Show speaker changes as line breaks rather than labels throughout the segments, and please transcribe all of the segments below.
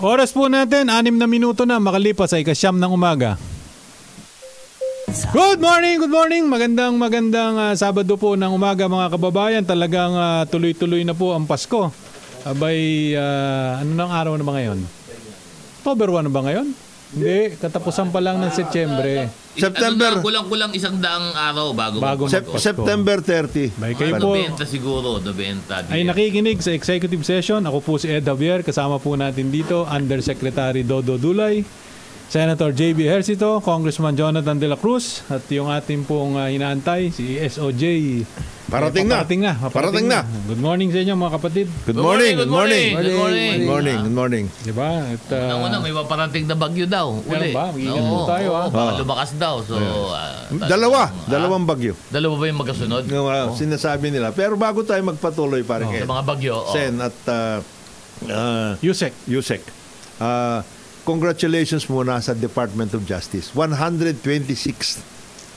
Oras po natin, anim na minuto na makalipas ay kasyam ng umaga. Good morning, good morning. Magandang magandang ah, Sabado po ng umaga mga kababayan. Talagang ah, tuloy-tuloy na po ang Pasko. Abay, ah, ano ng araw na ba ngayon? October 1 na ba ngayon? Hindi, katapusan pa lang ng Setyembre.
September.
Ano na, kulang-kulang isang daang araw bago,
Bago
Sep-
Pasko.
September Ano 30.
Bay kayo
Mga
po.
90 siguro, 90.
Ay nakikinig sa executive session. Ako po si Ed Javier. Kasama po natin dito Undersecretary Dodo Dulay, Senator JB Hercito, Congressman Jonathan De La Cruz, at yung ating pong ah, inaantay, si SOJ.
Parating na.
Parating na.
Parating na.
Good morning sa inyo mga kapatid.
Good morning, good
Good
morning.
morning, good morning.
Good morning, good morning.
Di ba? At, ah,
Ang una, may paparating na bagyo daw. Uli.
Meron ba? Mag-iingat
Oo,
po tayo,
oo,
ah.
baka lumakas daw. So, ah, talagang,
Dalawa,
ah,
dalawang bagyo.
Dalawa ba yung magkasunod?
Yung ah,
Oh.
sinasabi nila. Pero bago tayo magpatuloy, parang
Sa
Ed,
mga oh. bagyo. oo.
Sen at ah, ah,
Yusek.
Yusek. Ah, congratulations muna sa Department of Justice. 126th.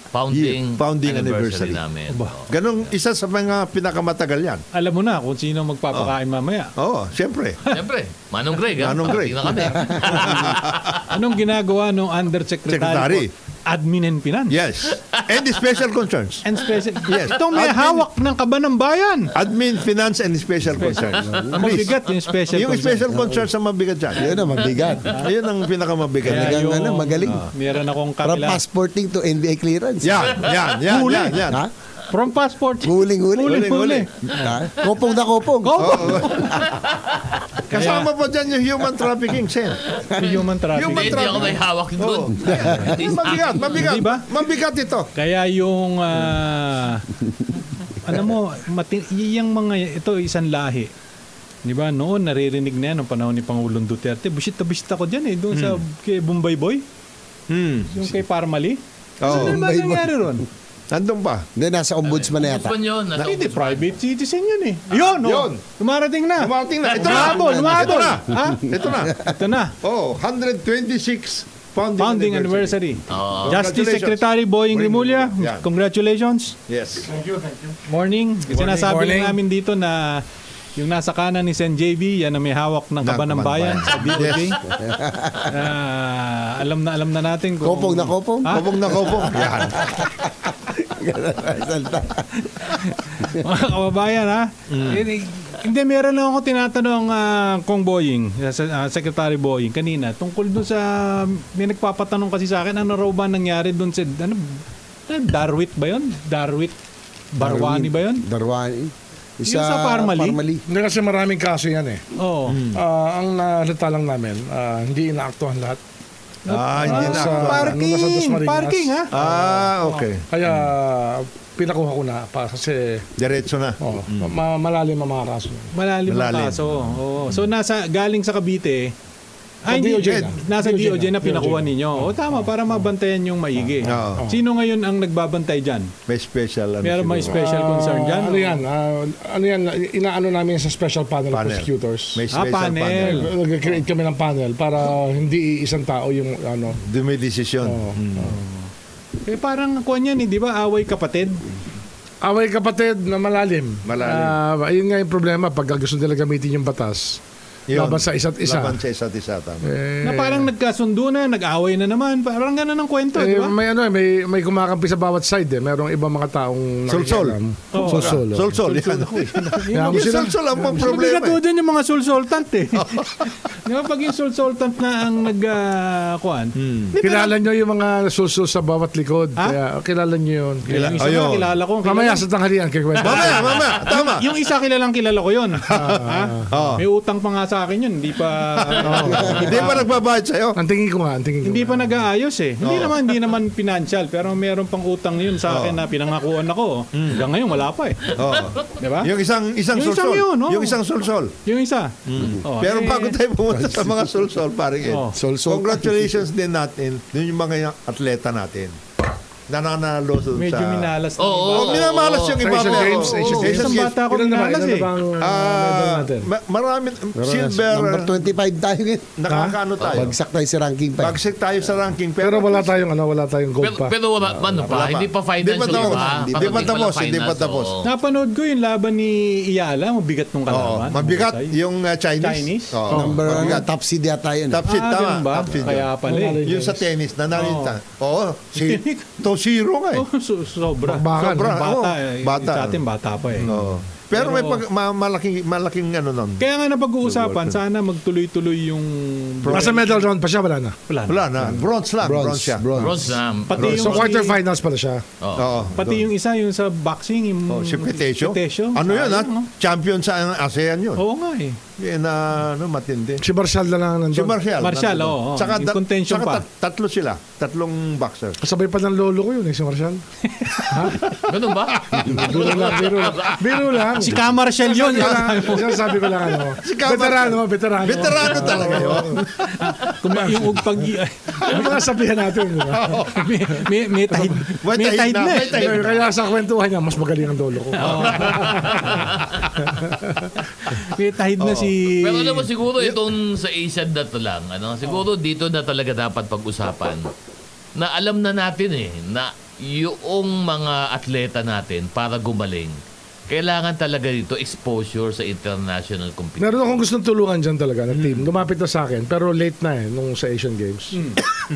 Founding,
Yeah, founding anniversary.
anniversary, namin.
Aba.
Oo.
Ganong isa sa mga pinakamatagal yan.
Alam mo na kung
Oh.
sino magpapakain mamaya.
Oo, siyempre.
Siyempre, Manong Greg. ah.
Manong Greg.
Parating na kami.
Anong ginagawa ng Undersecretary?
Secretary.
po? Admin and Finance.
Yes. And the special concerns.
And special.
Yes.
Itong may
Admin-
hawak ng kaba ng bayan.
Admin, finance, and special concerns.
Ang
Please.
mabigat yung special
Yung
concern.
special concerns ang mabigat dyan.
Yun na, mabigat.
Ayun ang pinakamabigat.
Kaya ah,
Talagang ano, magaling.
Meron akong
From
kakilala.
passporting to NBA clearance.
Yan, yan, yan, yan, yan.
Ha?
From passport.
Huling, huling.
Huling,
Huli, huli.
huling.
Ha? Kopong na kopong.
Go!
Kasama pa dyan yung human trafficking, Sen.
Human
Hindi,
trafficking.
Human-
hindi ako may hawak doon.
Mabigat, mabigat.
Di ba?
Mabigat ito.
Kaya yung... ah, ano mo, mati- yung mga... Ito, isang lahi. Di ba? Noon, naririnig na yan noong panahon ni Pangulong Duterte. Bushit na bushit ako dyan eh. Doon sa kay Bombay Boy.
Hmm.
Yung kay Parmali.
Oo.
Ano ba
Bombay Boy.
nangyari ron?
Nandun pa.
Hindi, nasa ombudsman na yata.
Gusto nyo, nasa
Hindi, private citizen yun eh. Yun, oh.
Yun.
Dumarating na.
Dumating na. Ito na.
Lumabol, lumabol.
na.
Ha?
Ito na.
Ito na.
Oh, 126 founding, Oh,
Founding anniversary.
Ah,
Justice
Oo.
Congratulations.
Secretary
Boying
Boying Rimulya,
Rimulya. Yan.
congratulations.
Yes.
Morning. Sinasabi
Morning.
na namin dito na yung nasa kanan ni Sen JB, yan ang may hawak ng kaban ng bayan sa DOJ.
Yes.
Ah, alam na alam na natin kung...
Kopong na kopong.
Ha?
Kubong na kubong. Yan.
Salta.
Mga kababayan, ha? Eh, Hindi, meron lang ako tinatanong ah, kung Boying, ah, sa- ah, Secretary Boying, kanina. Tungkol doon sa... May nagpapatanong kasi sa akin, ano raw ba nangyari doon sa... Ano, Darwit ba yun? Darwit Barwani ba yun?
Darwani.
Yung sa Parmali?
Hindi kasi maraming kaso yan eh.
Oo.
Ah, ang nalata lang namin, ah, hindi inaaktuhan lahat.
Ah, hindi na.
Sa-
parking!
ano, nasa Dos Marinas.
parking, ha?
Ah, okay.
Kaya pinakuha ko na pa kasi
Diretso na.
oh, ma- malalim ang mga kaso.
Malalim,
Malalim.
ang kaso. Oo. So, nasa, galing sa Cavite, ay,
Sa
hindi,
DOJ na.
nasa
DOJ
DOJ na
na.
pinakuha ninyo. O tama, para mabantayan yung maigi.
Oo.
Sino ngayon ang nagbabantay dyan?
May special. ano
Meron may
siguro.
special
Ah,
concern dyan?
Ano yan? ah, ano yan? Inaano namin sa special panel, of
Panel.
prosecutors.
May
Ah,
special
panel.
panel.
Nag-create kami ng panel para hindi isang tao yung ano.
Dumidesisyon. Hmm.
Oh.
Eh, parang kuha niyan, eh, di ba? Away kapatid.
Away Ah, kapatid na malalim.
Malalim.
Ah, ayun nga yung problema pag gusto nila gamitin yung batas.
Yun.
Laban sa isa't isa.
Laban sa isa't isa. Tama.
Eh,
Na parang nagkasundo na, nag-away na naman. Parang ganun ang kwento, di
Eh,
ba?
may ano eh, may may kumakampi sa bawat side eh. Merong ibang mga taong
Sol-sol.
nakikialam.
Oo.
Sol-sol. oh.
Sol-sol. Yan.
Kaya mo
Yung
sila.
sol-sol ang problema.
eh.
eh.
Problema din yung mga sulsultant eh. Di ba pag yung sulsultant na ang nag ah, kuhaan? Di ba,
Kilala nyo yung mga sol-sol sa bawat likod.
Ha?
Kaya kilala nyo yun.
Yung isa
Ayun.
nga, kilala ko. kilala-
Mamaya sa tanghalian kay Kwento.
Mamaya, mamaya. Tama.
Yung isa kilalang kilala ko yun. Ha?
Oo.
May utang pa nga sa akin yun. Hindi pa,
Hindi ba nagbabayad sa'yo?
Ang tingin ko nga, ang tingin ko.
hindi
nga.
pa nag-aayos eh. Hindi naman, hindi naman financial. Pero meron pang utang yun sa akin na pinangakuan ako.
Hmm.
Hanggang ngayon, wala pa eh.
Oo.
Di ba?
Oh. Yung isang isang
Yung isang
sol-sol.
yun, oo.
Yung isang sol-sol.
Yung isa.
Hmm.
Oh,
Pero
eh,
bago tayo pumunta sa mga sol-sol, eh. parang Ed,
Oo.
Sol-sol.
congratulations din natin dun yung mga atleta natin nananalo sa...
Medyo minalas na
Oo,
Oh,
iba.
minamalas yung iba
Asian
pero-
Games,
Oo,
Asian Games.
Asian
Isang
Games.
bata ako
Ilan na ba?
minalas
Ilan na
eh.
ba ang uh, medal
Ah,
natin?
ma- marami, silver,
Number 25 tayo ngayon.
nakakaano tayo.
Bagsak tayo sa ranking pa. eh.
Bagsik tayo sa ranking.
Pero wala tayong ano, wala tayong gold
Pero,
pa.
pero wala, ano
Wala
pa,
pa.
hindi pa finals
Hindi pa
yung
tapos, hindi
iba.
pa
Pagdating pa
tapos,
ng
hindi pa
finals,
tapos.
oo.
Napanood ko yung laban ni Iyala, mabigat nung
Oo,
kalaban.
mabigat
Mamatay.
yung uh, Chinese.
Chinese?
Oo,
Number ano,
mabigat.
top seed yata yun.
Top seed,
Ah,
tama.
ganun ba?
Top seed.
Kaya pala eh.
Manalo
Yung sa tennis, nanalo
Oo.
tayo. Oo, si, to zero nga eh.
Oh, so- sobra.
Bakbakan.
Sobra. Bata.
Oo,
eh.
bata.
Sa atin, bata pa eh.
Oo. Pero may
Pero-
pag, ma- malaking, malaking ano nun.
Kaya nga napag-uusapan,
World
sana magtuloy-tuloy yung...
Nasa medal round pa siya, wala na.
Wala na.
Wala na, bronze lang, bronze,
Bronze.
siya.
Bronze.
Bronze na.
Pati yung,
So
si-
quarterfinals pala siya.
Oo.
Oo.
Pati yung isa, yung sa boxing, yung...
Oh, si Petesio.
Petesio. oh.
Ano yun, ha?
Sayang, no?
Champion sa ASEAN yun.
Oo nga eh.
Yan na, ano, matindi.
Si Marshall na lang nandun.
Si Martial.
Martial,
nandun.
oo, oo.
Tsaka
Yung
tat-
contention
tsaka
pa.
tat- tatlo sila. Tatlong boxer.
Kasabay pa ng lolo ko yun eh, si Marshall.
Ganun ba?
Biro lang, biro lang. Biro lang.
Si Kamarshal yun.
Ano
ah.
Sabi ko lang- Sabi ko lang ano.
Kamal-
Veterano, veterano.
Veterano talaga yun.
Kung may- yung pag...
Yung mga sabihan natin, di ba?
may, may, may tahid.
May tahid
May tahid
na,
na.
may tahid.
eh.
Kaya- Kaya sa kwentuhan niya, mas magaling ang lolo ko.
May tahid na si...
Pero alam mo siguro itong sa Asian na to lang, ano? Siguro dito na talaga dapat pag-usapan na alam na natin eh na yung mga atleta natin para gumaling kailangan talaga dito exposure sa international competition.
Meron akong gustong tulungan dyan talaga na team. Lumapit na sa akin, pero late na eh, nung sa Asian Games.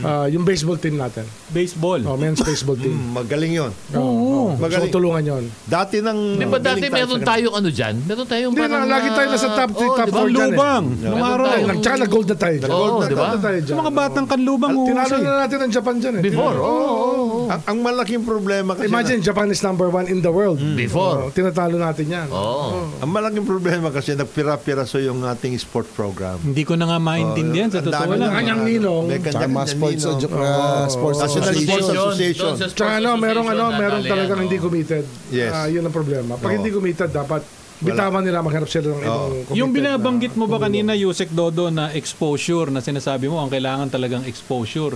Ah, yung baseball team natin.
Baseball.
Oh, men's baseball team.
Hmm, Magaling yun.
Oo. Gusto
Magaling.
kong tulungan yon.
Dati nang...
Di
Oh,
ba
galing
dati
tayo sa
meron
ganun.
tayong ano dyan? Meron tayong
Hindi na, lagi tayo nasa top
Oo,
3, top
di ba?
4 dyan eh.
Kanlubang. Nung
Meron
araw.
tayo.
Lang, tsaka nag-gold na tayo dyan.
Oo,
Gold na-
di ba?
gold na tayo
Sa
dyan.
mga batang kanlubang.
Al- Tinalo
uhusay.
na natin ang Japan dyan eh.
Before, oh. oo,
Tinalo- oo, oo.
Ang, ang malaking problema kasi...
Imagine, Japan is number one in the world.
Before.
Oo, tinatalo natin yan.
Oo.
Na, ang malaking problema kasi nagpira-piraso yung ating sport program.
Hindi ko na nga maintindihan sa
Ang
totoo
dami
lang.
ng- ano,
Kanyang ninong,
May
Tsaka
kanyang
mga sports,
ninong.
uh, sports
Oo.
National
association.
Sports Association.
Doon sa sports
Tsaka ano, merong ano,
association,
merong
natali,
talagang
ano.
hindi committed.
Yes.
Ah, yun ang problema. Pag
Oo.
hindi committed, dapat bitawan nila maghanap sila ng ibang committed.
Yung
na-
binabanggit mo ba kanina, Yusek Dodo, na exposure na sinasabi mo, ang kailangan talagang exposure.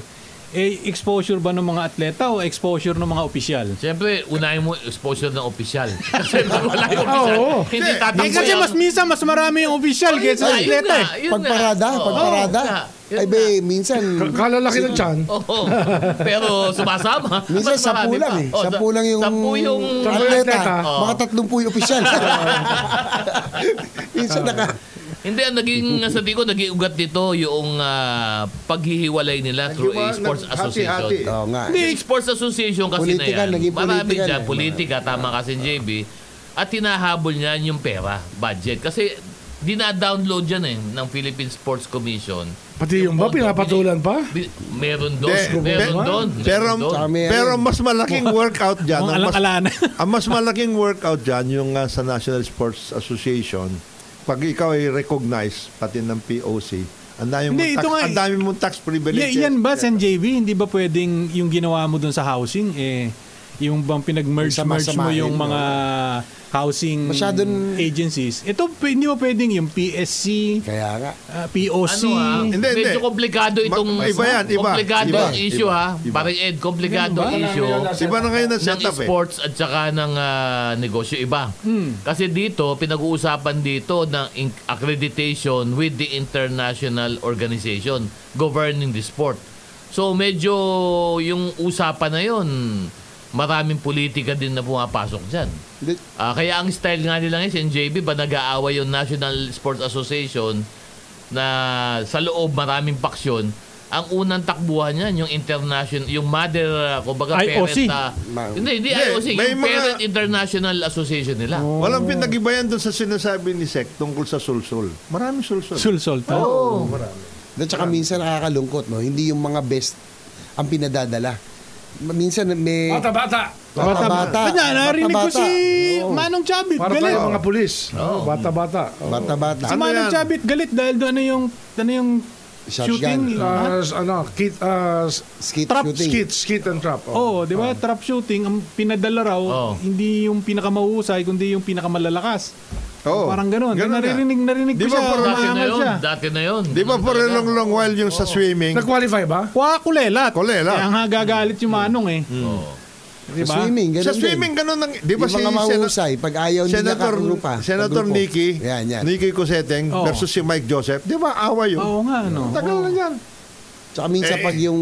Eh, exposure ba ng mga atleta o exposure ng mga opisyal?
Siyempre, unahin mo exposure ng opisyal. Kasi pag wala yung opisyal,
Oo.
hindi tatakbo
Eh, kasi
yan.
mas minsan, mas marami yung opisyal
Ayun
kaysa sa
na, yun
atleta.
na,
eh.
yun na.
Pagparada,
Oo,
pagparada.
yun na, Oh. yun
Ay,
na.
be, minsan,
Kalalaki ng chan.
Oo. Pero sumasama.
minsan
Mas
sampu
marami
lang
pa.
eh.
Oo,
Sampu lang yung,
Sampu yung...
Sampu yung
atleta.
atleta.
Oo.
Mga tatlong po yung opisyal. minsan naka...
Hindi, ang naging, sa di ko, naging ugat dito yung ah, paghihiwalay nila through a
Naghiwa-
sports
nag-
association.
hati-hati.
Oo nga.
Hindi,
Yung sports association kasi
Politika,
na yan.
naging
Marami
politika
dyan,
na eh.
politika, tama kasi JB. At tinahabol niyan yung pera, budget. Kasi dina-download yan eh ng Philippine Sports Commission.
Pati yung ba, pinapatulan pa?
Bi- Meron doon,
De-
meron
pe-
doon.
Pero,
meron doon.
Kami,
pero
ano.
mas malaking workout dyan. ang
Ang
mas-
alang-alana.
ang mas malaking workout dyan, yung uh, sa National Sports Association, pag ikaw ay recognized, pati ng POC, ang dami mong
Hindi,
tax,
ito nga eh.
ang dami mong tax privileges.
Y- yan ba, Sen JB, hindi ba pwedeng yung ginawa mo dun sa housing, eh, yung bang pinag-merge-merge mo
Sama-samahin,
yung
no?
mga housing
Masyadong-
agencies? Ito, p- hindi ba pwedeng yung PSC,
Kaya nga.
ah, POC?
Ano ah,
Hindi, hindi.
medyo komplikado itong
Ma- iba yan, iba,
komplikado
iba,
ang issue
iba,
ha.
iba.
Parang Ed, komplikado ang issue
Iba na ngayon ang
ng
setup eh.
sports at saka ng ah, negosyo iba. Kasi dito, pinag-uusapan dito ng in- accreditation with the international organization governing the sport. So medyo yung usapan na yon maraming politika din na pumapasok dyan.
Hindi-
Ah, kaya ang style nga nila ngayon, si NJB, ba nag-aaway yung National Sports Association na sa loob maraming paksyon, ang unang takbuhan niyan yung international, yung mother, uh, kumbaga
IOC.
parent, ah,
Ma-
hindi, hindi
Hindi,
IOC,
may
yung
mga- Oh.
parent international association nila.
Walang pinagibayan doon sa sinasabi ni Sec tungkol sa sulsul. Maraming sulsul.
Sulsol to?
At saka minsan nakakalungkot, no? Hindi yung mga best ang pinadadala. Minsan may...
Bata, bata.
Bata-bata.
Kanya, narinig ko
Bata-bata.
si
Oo.
Manong Chabit,
Para
galit.
tayo mga pulis. Oo, Bata, bata. Oo.
Bata-bata.
Si
Ano
Manong
yan?
Chabit, galit dahil doon ano yung, ano yung
Shotgun.
shooting. ah,
Ah, ano, kit, ah,
Skit
Trap
shooting.
skit, skit and trap.
Oo, oh, di ba? Trap shooting, ang pinadala raw,
Oo.
hindi yung pinakamahusay, kundi yung pinakamalalakas.
Oo.
Parang ganun.
Ganun na.
narinig, narinig
Di ba
ko siya.
parang-
Dati na
umaangal
yun,
siya.
dati na yun.
Di ba
Ganun
for a
talaga.
long, long while yung sa swimming?
Nag-qualify ba?
Kwa kulelat.
Kulelat.
Mm.
Kaya nga gagalit yung manong eh.
Oo.
Di ba?
Sa swimming, ganun
Sa
din.
swimming, ganun ang... Di ba
yung
si
mga
Sena-
mahusay, pag ayaw nila
Senator,
kakagrupa.
Senator
kagrupo.
Nicky,
Yan, yan.
Nicky Cuseteng
Oo.
versus si Mike Joseph. Di ba away yun?
Oo nga, no?
Mm.
Tagal na yan.
Tsaka minsan
Eh, Mm.
pag yung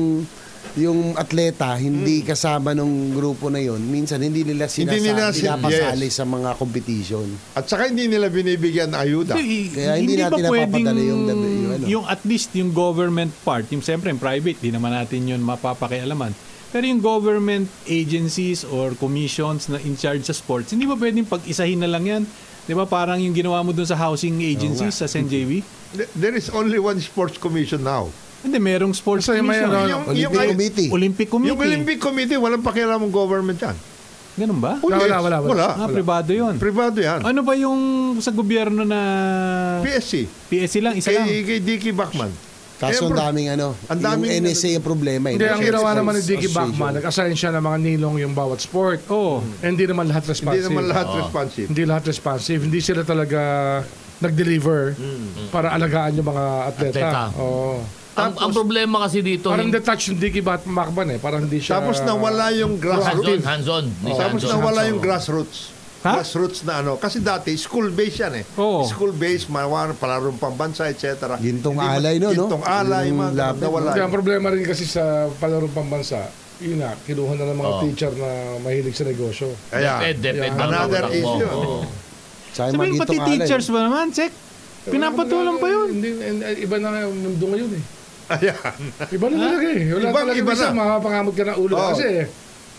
yung atleta hindi kasama nung grupo na yon minsan hindi nila sinasali,
Hindi nila sin-
pinapasali
yes.
sa mga competition.
At saka hindi nila binibigyan ng ayuda.
Kaya hindi natin napapadali yung- yung ano.
yung at least yung government part, yung siyempre yung private, di naman natin yun mapapakialaman. Pero yung government agencies or commissions na in charge sa sports, hindi ba pwedeng pag-isahin na lang yan? Di ba parang yung ginawa mo dun sa housing agencies sa SNJV?
Th- There is only one sports commission now.
Hindi, merong sports
Kasi may ano,
commission.
Yung-
Olympic
ay-
Committee.
Olympic Committee.
Yung Olympic Committee, walang pakialam ng government yan.
Ganun ba?
Oh,
Wala,
yes.
wala, wala, wala.
Ah, privado yun.
Privado yan.
Ano ba yung sa gobyerno na
PSC.
PSC lang, isa lang?
Kay, kay Dicky Bachman.
Kaso ang
Siyempre,
daming ano,
eh, ang daming
yung NSA ang problema. eh.
Hindi, ang ginawa
Sports
naman ni Dicky
Association.
Bachman, nag-assign siya ng mga ninong yung bawat sport.
Oo.
And Hindi naman lahat
Hindi
responsive.
naman lahat responsive.
Hindi lahat responsive. Hindi sila talaga nag-deliver para alagaan yung mga atleta.
Atleta.
Oo.
Ang, ang problema kasi dito,
Parang
hindi-
detached yung Dicky Bat- Bachman eh. Parang hindi siya...
Tapos nawala yung
hands-on,
grassroots.
hands-on. Hindi siya
Tapos
hands-on.
nawala yung grassroots.
Ha?
Grassroots na ano. Kasi dati, school-based yan eh.
Oo.
School-based, mawar, palarong pambansa, etc.
Gintong
Hindi ma-
alay, no, no?
Gintong alay,
Yung
mga ganun,
lapit,
nawala.
Hindi,
yun.
ang problema rin kasi sa palarong pambansa, yun na, kinuha na ng mga teacher na mahilig sa negosyo.
Kaya,
Depend, depend.
Yeah.
ang
Another
utak mo.
issue. eh.
Oo.
Sa mga
Sabihin pati
gintong alay.
teachers ba naman, check. Pinapatulang pa yun.
Hindi, and- and iba na nga yung mundo ngayon eh.
ayan.
Iba na talaga eh. Wala
Ibang
talaga
iba
iba
na.
makapangamot ka ng ulo.
Oo.
Kasi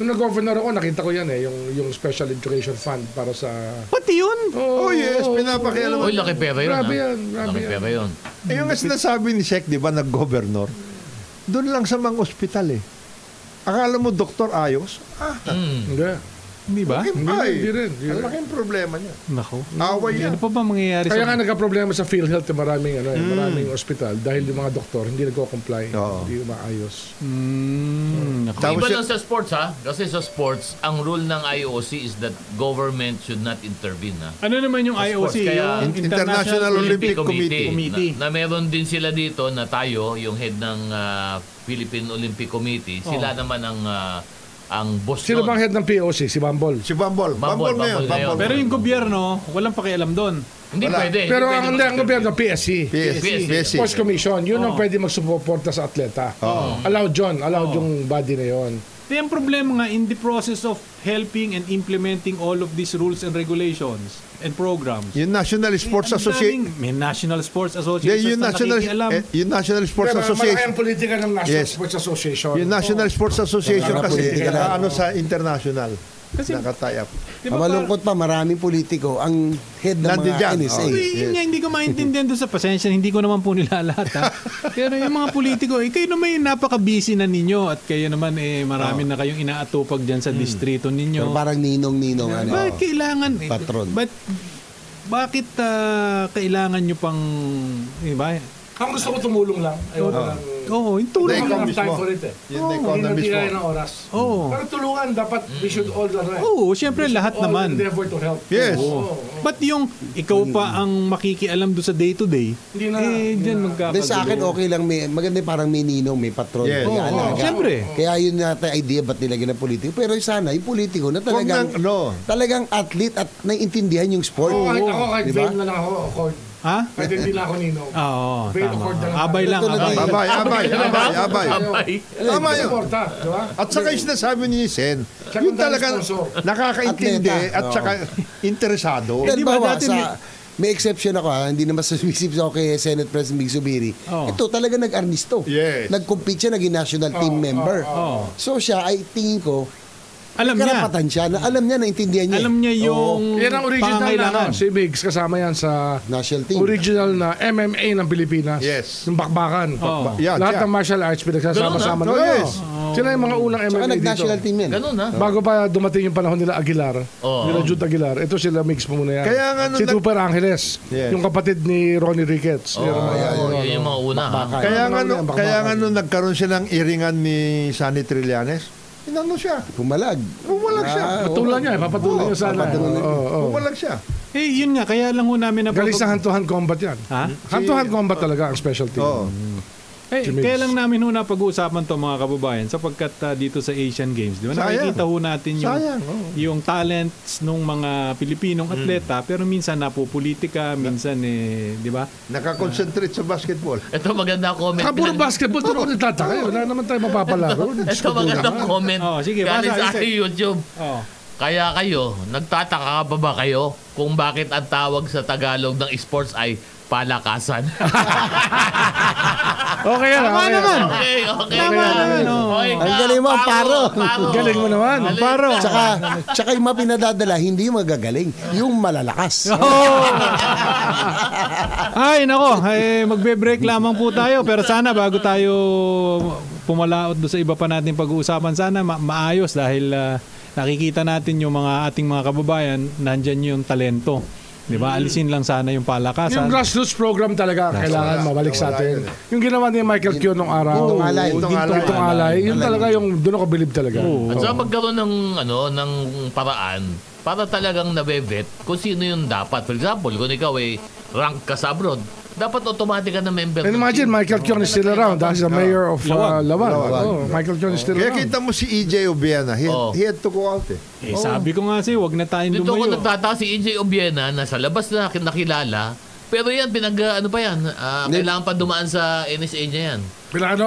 nung nag-governor ako, nakita ko yan eh, yung, yung Special Education Fund para sa...
Pati yun.
Oh, yes, pinapakialaman.
Uy, laki pera yun.
Grabe
ah.
yan, grabe
laki
yan.
pera yun.
Eh, yung nga sinasabi ni Sheik, di ba, nag-governor, doon lang sa mga ospital eh. Akala mo, doktor ayos? Ah,
Hindi.
Di ba?
hindi,
Ah, Hindi,
ay,
hindi rin, hindi
Ang
rin.
laking problema niya.
Nako.
Away yan.
Ano pa ba mangyayari
Kaya nga
sa...
nagka-problema sa PhilHealth yung maraming, ano, eh, maraming ospital dahil yung mga doktor hindi nagko-comply,
Oo.
hindi umaayos.
Mm, nako.
Tapos
Iba
yun-
lang sa sports ha. Kasi sa sports, ang rule ng IOC is that government should not intervene ha.
Ano naman yung
Sports,
IOC?
kaya-
yung
International Olympic Committee.
Committee.
Na, na meron din sila dito na tayo, yung head ng ah, Philippine Olympic Committee, sila naman ang ah, ang boss
Oh. Sino
nun.
bang head ng POC? Si Bambol.
Si Bambol. Bambol,
Bambol,
ngayon.
Bambol
Bambol.
ngayon.
Pero yung gobyerno, walang pakialam doon.
Hindi
Wala.
pwede.
Pero
hindi pwede
ang hindi ang
mag-intervene.
gobyerno, PSC.
PSC.
PSC.
PSC.
Sports Commission, yun ang pwede magsuporta sa atleta. Allowed yun, allowed yung body na yun.
Kaya ang problema nga, in the process of helping and implementing all of these rules and regulations and programs,
Yung National Sports
ang
Association.
daming- May National Sports
Hindi,
Association
yung
na
National,
nakikialam.
eh, yung National Sports
Pero malaki
Association.
ang politika ng National
Yes.
Sports Association.
Yung National Sports Association
Wala na
kasi
politika na.
ano sa international.
Kasi-
Nakatayap.
Di ba
Ang malungkot pa, maraming politiko ang head ng
Nandun
mga
dyan.
NSA.
Oh,
Uy, yun nga, hindi ko maintindihan doon sa pasensya. Hindi ko naman po nila lahat, ha? Pero yung mga politiko, eh, kayo naman yung napaka-busy na ninyo at kayo naman, eh, marami na kayong inaatupag dyan sa distrito ninyo.
Hmm. Pero parang ninong-ninong ano.
Bakit kailangan? eh,
Patron.
But, bakit ah, kailangan nyo pang, eh, ba?
Ang gusto ko tumulong lang. Ayaw ko lang.
Oo, yung tulong.
Ikaw
Ikaw
mismo.
time for it eh.
Yun,
Oo,
ikaw na
Hindi
mismo.
natin ng oras.
Oo.
Pero tulungan, dapat we should all ano eh.
Oo, syempre lahat
All
naman.
endeavor to help.
Yes.
Oo.
But yung ikaw pa ang makikialam doon sa day-to-day,
Hindi na,
eh,
hindi
dyan
na.
magkakagulo.
Hindi, sa akin okay lang. May, maganda yung parang may ninong, may patron.
Yes. Oh.
may
Oo,
alaga.
syempre.
Kaya yun natin idea ba't nilagyan ng politiko. Pero sana, yung politiko na talagang,
Huwag nang- no.
talagang athlete at naiintindihan yung sport.
Oo, kahit ako, kahit
Diba?
vain na lang ako, accord.
Ha?
Kahit hindi na ako ninong.
Ah, Oo,
Bail
tama.
accord na lang.
Abay lang,
Ito na
abay.
tayo.
Abay, abay, abay, abay.
Abay.
Tama yun.
Suporta, di ba?
At saka yung sinasabi ni Sen, yun
Siya kung dahil
talaga
sponsor.
nakakaintindi
Atleta.
at saka interesado.
Eh, di ba
Halimbawa,
dati
sa,
may-
may exception ako ha, hindi naman sumisip ako kay Senate President Big Zubiri.
Oo.
Ito talaga nag-arnisto.
Yes.
Nag-compete siya, naging national team member.
oo.
So siya, ay tingin ko,
Alam niya.
karapatan siya na alam niya, naintindihan niya.
Alam niya yung
Yan ang original na ano,
pangangailangan.
si Biggs kasama yan sa
National team.
original na MMA ng Pilipinas.
Yes.
Yung bakbakan.
Oo.
Yan,
Lahat
yan.
ng martial arts pinagsasama-sama.
Ganun,
na.
ah.
Oo.
Yes.
Sila yung mga unang
Tsaka
MMA dito.
nag-national team yan.
Ganun ha.
Bago pa dumating yung panahon nila Aguilar,
Oo.
nila Jude Aguilar, ito sila mix pa muna yan.
Oh. Kaya nga nung
si
nag-
Tupper Angeles,
Yes. Oh,
yung kapatid ni Ronnie Ricketts.
Oo,
Yung mga-
oo, yun yung mga una ha.
Bakbakan.
Kaya
Ano
nga
lang
nung,
yan, bakbakan.
kaya nga nung nagkaroon siya ng iringan ni Sunny Trillanes, inano siya,
Pumalag.
Pumalag siya.
Ah, oo.
Patulan niya, eh, papatulan
Oo,
niya sana. eh.
papatulan niya.
Oo, oo.
bumalag siya.
Eh, yun nga, kaya lang ho namin na...
Galing sa hand-to-hand combat yan.
Ha?
Oh.
Hand-to-hand combat talaga ang specialty.
Oo.
Eh, Eh,
Jimenez.
kaya lang namin ho napag-uusapan to mga kababayan sapagkat ah, dito sa Asian Games, di ba?
Sayang.
Nakikita ho natin yung,
Sayang, oo.
yung talents ng mga Pilipinong
Hmm.
atleta pero minsan napupolitika, minsan eh, di ba?
Nakakonsentrate sa basketball.
Ito maganda comment.
Saka Ah, puro
pinag-
basketball, doon ako nagtataka. Wala naman tayo mapapalaro. Diyos
Ito
ko, puro
magandang
naman.
comment.
Oh, sige,
galing
basa,
sa
isa-
YouTube.
Oh.
Kaya kayo, nagtataka pa ba kayo kung bakit ang tawag sa Tagalog ng sports ay palakasan?
Okay na,
Tama
okay na.
naman.
okay, okay.
Tama naman, oh.
Ang galing mo, ang paro.
Galing mo naman, ang
paro.
Tsaka, tsaka yung mga pinadadala, hindi yung magagaling, yung malalakas.
Ay, nako, eh, magbe-break lamang po tayo. Pero sana bago tayo pumalaot do sa iba pa natin pag-uusapan, sana ma- maayos dahil ah, nakikita natin yung mga ating mga kababayan, nandyan yung talento. Di ba? Alisin lang sana yung
Yung
palakasan.
grassroots program talaga kailangan
wala.
mabalik sa
Wala
atin.
yun
Yung ginawa ni Michael Kyo nung araw.
Gintong alay.
Gintong alay.
Gintong
alay. Yun talaga yung doon ako believe talaga.
Oo.
At saka magkaroon ng, ano, ng paraan para talagang nabe-vet kung sino yung dapat. For example, kung ikaw ay rank ka sa abroad, dapat automatic ka na member.
And
ng
imagine,
team.
Michael Kyon is still around. That's the mayor of
Lawag.
uh, Lawan.
Lawag.
Oo, Michael Kyon is still
Kaya
around.
kita mo si EJ Obiana. He,
Oo.
he had to go out eh.
Eh, sabi ko nga sa'yo, wag na tayong
Dito ako
lumayo.
nagtataka si EJ Obiena, nasa labas na kin- nakilala. Pero yan, pinag, ano pa yan, ah,
Hindi.
kailangan pa dumaan sa NSA niya yan.
Pinano,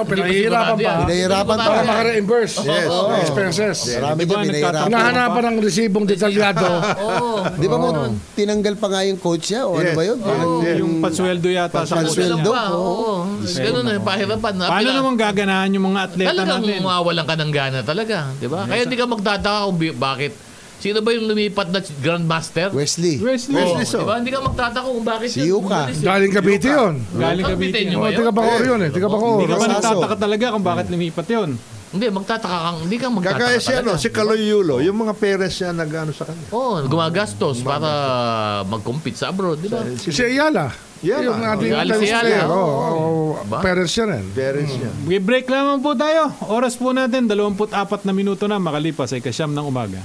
Hindi pa
pinahihirapan
sigurado
pa.
yan. Hindi
Pinahihirapan pa.
pa
Para
sigurado yan.
maka-reimburse.
Yes.
Oo,
Oo.
Expenses.
Marami
Diba,
dyan,
nagtatapos?
pinahirapan.
Hinahanap pa ng resibong detalyado.
Oo.
Di ba mo, tinanggal pa nga yung coach niya? O ano
Yes.
ba yun? Parang
Yes.
Yung pansweldo yata sa
Ganun
kotse
Pansweldo.
niya.
pa, Oo. Ganun eh, na, pahirapan. na.
Paano
Pila-
naman gaganahan yung mga atleta
Talagang
natin?
mawawalan ka ng gana talaga. Di ba? Kaya hindi ka magtataka kung bi- bakit. Sino ba yung lumipat na Grandmaster?
Wesley.
Wesley,
Wesley
Oo,
So.
Di ba? Hindi ka magtataka kung bakit.
Si Yuka.
Galing Cavite yun.
galing ka ah.
Kapitin
bitin.
yun ba
Oh,
yun?
Tiga Bacoor yun eh. Tiga Bacoor.
Hindi ka ba
Rosaso.
nagtataka talaga kung bakit lumipat yun?
Hindi, magtataka kang, hindi ka magtataka
Kagaya si, ano,
talaga.
si Kaloy Yulo, yung mga parents niya nag-ano sa kanya.
Oo, gumagastos para mag-compete sa abroad, di ba?
Si Ayala. Oh,
Ayala.
Yung ating
Ayala, si
tennis
Ayala.
player. Oo, oo,
Ba?
Oh, Parents yan eh.
Parents niya.
Okay, break lamang po tayo. Oras po natin, 24 na minuto na makalipas ay kasyam ng umaga.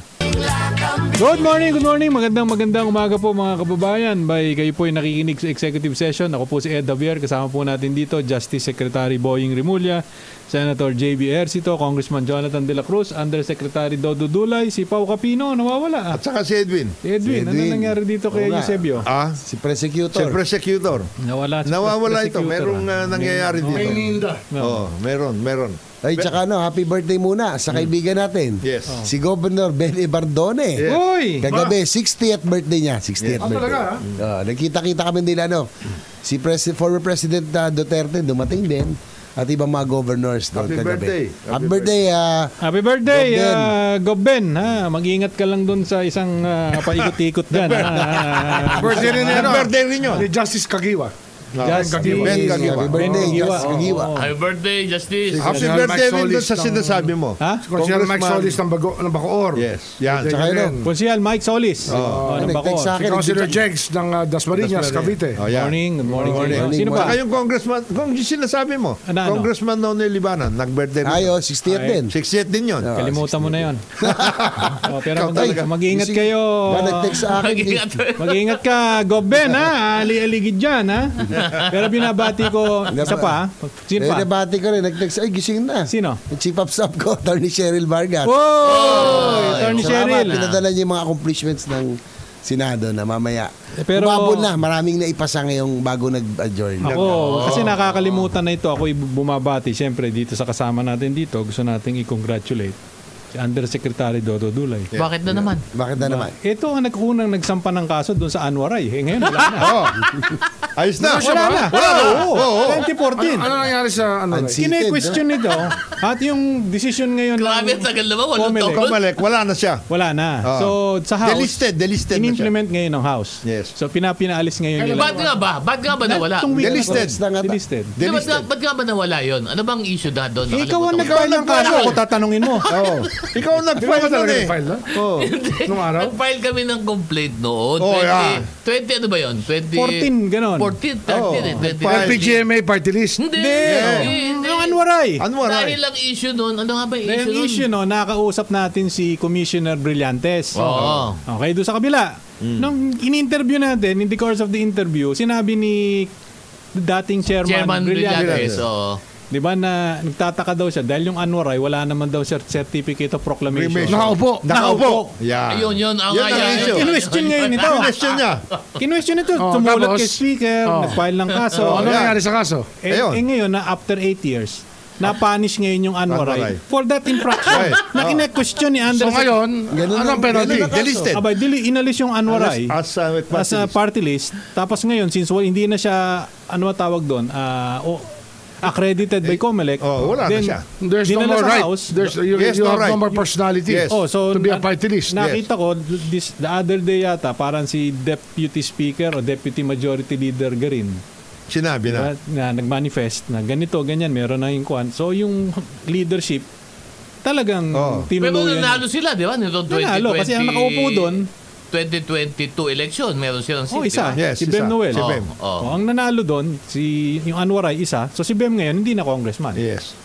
Good morning, good morning. Magandang magandang umaga po mga kababayan. By kayo po ay nakikinig sa executive session. Ako po si Ed Javier. Kasama po natin dito Justice Secretary Boying Rimulya, Senator JB Ercito, Congressman Jonathan De La Cruz, Undersecretary Dodo Dulay, si Pau Capino, nawawala.
At saka si Edwin.
Si Edwin,
Si
ano
Edwin.
nangyari dito kay
Oo nga.
Eusebio?
Ah, si
Si prosecutor.
prosecutor.
Nawala. si
Nawawala ito.
prosecutor,
Merong
ah.
ah, nangyayari dito.
ninda.
Oo, meron, meron.
Ay, tsaka ano, happy birthday muna sa kaibigan
Hmm.
natin. Oh.
Yes.
Si Governor Ben Ibardone.
Yes.
Uy!
Kagabi, 60th birthday niya. 60th
Ah,
birthday.
talaga,
Oo, nagkita-kita kami nila, no? Si Pres- former President ah, Duterte dumating din at ibang mga governors doon
Happy
kagabi.
birthday.
Happy, birthday, ah,
Happy birthday,
Gob Ben.
uh, Gob Ben. Ha? Mag-ingat ka lang dun sa isang ah, paikot-ikot dyan. ha?
Birthday rin ni ano?
Birthday rin yun.
Ni Justice Kagiwa.
Diba?
Just
Kagiwa.
Ben
please,
Kagiwa.
Happy birthday,
Ben Kagiwa.
Just Kagiwa.
Oo.
Happy birthday, Justice!
Happy
Mike
birthday rin
Solis
doon sa
ng-
sinasabi mo.
Ha?
Si Consuelo Mike
Congressman-
Solis ng, Bago, ng Bacoor.
Yes. Yan.
Birthday
Tsaka
niya
yun,
rin.
Konsyal Mike Solis. Oh, ano ba
nag-text
ko?
sa
Si
akin.
Consuelo Jegs ng uh, Dasmariñas, Cavite.
Oh,
Good
yan.
morning, good morning.
Good morning.
Sino ba?
Saka yung congressman, kung yung sinasabi mo,
Ano, ano?
congressman daw ni Libanan, nag-birthday rin.
Ayo, 60th
Ay.
oh, din.
68 din yun.
Ah,
Kalimutan mo na yun. oh,
Ikaw
pero mag-
talaga.
mag-iingat kayo.
Ba, Ah, nag-text sa akin.
Mag-ingat.
Mag-iingat ka, Gob Ben, ha? Ali-aligid dyan, ha? Pero binabati ko, isa pa, ha? Sino
Eh,
pa?
nabati ko rin. Nag-text, ay, gising na.
Sino?
Yung chief of staff ko, Attorney Cheryl Vargas.
Oh! Attorney
Salamat,
Cheryl.
Pinadala niya yung mga accomplishments ng Senado na mamaya.
Eh, pero-
Umabot na, maraming naipasa ngayong bago nag-adjourn.
Ako, kasi nakakalimutan na ito. Ako ay bumabati, siyempre, dito sa kasama natin dito. Gusto nating i-congratulate si Undersecretary Dodo Dulay.
Bakit na naman?
Bakit na naman?
Ito ang nag-unang nagsampa ng kaso doon sa Anwaray. Eh, ngayon, wala na.
Ayos na.
wala na. Wala na. Oo, 2014.
Ano nangyari sa ano?
Ansi-
Kine-question nito at yung decision ngayon lang,
Grabe, ang tagal naman. Walang
Comelec.
tawag.
Kumalik, wala na siya.
wala na.
Ah.
So, sa House,
Delisted, delisted na siya.
in-implement ngayon ng House.
Yes.
So, pinapinaalis ngayon
Ano,
nila.
Ba't nga ba? Ba't nga ba nawala?
Itong week na to.
Delisted.
na nga ta-
Delisted.
Di ba,
Delisted.
ba't, ba't nga ba nawala yun? Ano bang issue na doon?
Eh, ikaw ang
Nakalimutan ko.
nag-file ng kaso. Ako tatanungin mo.
diba?
Oo. Ikaw ang
Di ba
nag-file
ba
nun
talaga
eh.
nag-file na?
Oo.
Nung araw?
Nag-file kami ng complaint noon.
Oh,
20,
yeah.
20 ano ba yun? 20,
14, ganon.
14, 13 eh. 20,
Nag-file.
LPGMA party list.
Hindi.
Hindi. Yung Anwaray.
Anwaray.
Dahil lang issue noon. Ano nga ba yung
Then
issue
yung
noon?
issue no, nakausap natin si Commissioner Brillantes.
Oo.
Okay, doon sa kabila. Nung in-interview natin, in the course of the interview, sinabi ni dating chairman,
Chairman
Brillantes,
Brillante. So,
Di ba na nagtataka daw siya dahil yung Anwaray wala naman daw siya certificate of proclamation.
Cremation.
Nakaupo.
Nakaupo.
Nakaupo.
Yan.
Ayun, yun. Ang
Yan Ah. ang
ayan.
issue.
Kinwestiyon niya yun ito.
Question eh. niya.
Kinwestiyon ito.
Oh,
Tumulat
tapos-
kay speaker,
Oh.
nag-file ng kaso.
ano
yeah.
nangyari sa kaso?
Eh,
Ayun.
eh ngayon na after 8 years, na-punish ngayon yung Anwaray
Anwaray.
for that infraction
Right.
na
Oh.
kine-question ni
So
Andres.
ngayon,
Ganun
ano ang
ang-
penalty?
Ganun ang kaso. Delisted.
Abay, dili, inalis yung Anwaray
As uh, a
as uh, a party list. Tapos ngayon, since well, hindi na siya, ano ang tawag doon, Ah, o- accredited by COMELEC.
oh, wala na
then,
siya.
There's no
dinala
more
sa
right.
house.
There's, you,
Yes,
you
no
have
right.
no more personality
Yes.
Oh, so
to be a
na-
party list.
Nakita ko this, the other day yata parang si Deputy Speaker o Deputy Majority Leader Garin
Sinabi na.
na, na nagmanifest na ganito ganyan meron na yung kwan. So yung leadership talagang
Oo.
Pero
tinuloy yan.
nanalo sila, di ba? Nito 2020.
Nanalo, kasi ang nakaupo doon-
2022 election, meron silang seat.
Oh, isa.
di ba?
Yes,
si Bem
isa.
Noel. Oh,
Si
Oo.
Bem.
Oo.
Oo, ang nanalo doon, si, yung Anwaray, isa. So si Bem ngayon, hindi na congressman.
Yes.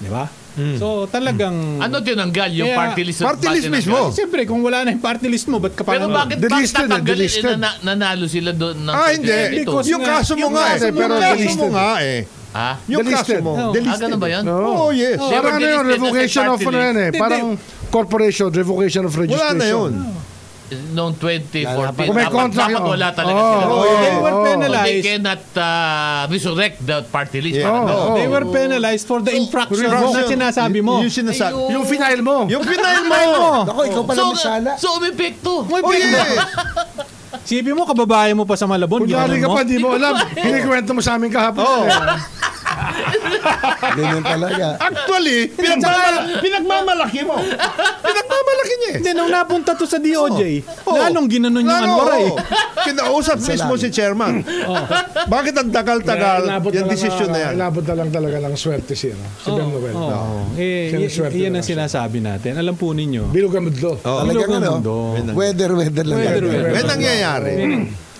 Di ba? So talagang...
Ano tinanggal yung
Kaya-
party list?
Party
Ba't
list
tinanggal?
mismo.
Siyempre, kung wala na yung party list mo, ba't ka pa...
Pero bakit
The
bakit
list yun, eh, the
tatanggalin
list
eh,
yun.
na, nanalo sila doon ng
Ah, hindi.
2022?
Because
Yung
nga-
kaso mo
yung
nga
kaso
eh.
mo
Pero
nga.
kaso mo nga eh.
Ha?
Yung kaso
Delisted.
mo.
Oo.
Delisted.
Ah, ganun ba yan?
Oo,
Oo.
yes.
Oo.
Parang ano yun,
Delisted
revocation
as a
of
party
ano yan eh.
Hindi,
Parang corporation, revocation of
Wala
registration.
na yun.
Noong 2014,
Kung
dapat,
may contract
dapat
yun.
wala talaga
Oo.
sila.
Oo.
Oh, They were
Oo.
They
penalized.
cannot uh, resurrect the party list.
Yeah. Oh.
Parang
Oo.
ganun.
They were penalized for the infraction na oh. sinasabi mo.
Yung sinasabi.
Ayun.
Yung final mo.
Yung pinay mo.
Ako, ikaw pala may sala.
so umepekto.
Oh, yes.
Sipi mo, kababayan mo pa sa Malabon.
Kunyari
ginanon
ka
mo.
pa, di mo alam. Kinikwento mo sa amin kahapon.
Oo.
Eh.
Ganun talaga.
Actually, pinagmamal- pinagmamalaki mo. Pinagmamalaki niya eh.
Hindi, nung napunta to sa DOJ,
Oo.
lalong ginanon yung
Lalo, oh.
Anwaray.
oo. Kinausap mismo si chairman. Bakit ang tagal-tagal
Inabot
yung
na lang-
decision na yan?
Inabot na lang talaga ng swerte si, ano, si Ben Noel.
Oo. Oh. Eh, y-
Sinuswerte
yan ang
na lang siya.
sinasabi natin. Alam po ninyo.
Bilog ang mudlo.
Talaga
Bilog ang
ano?
mundo.
Weather, weather lang.
Weather,
yan.
weather.
May nangyayari.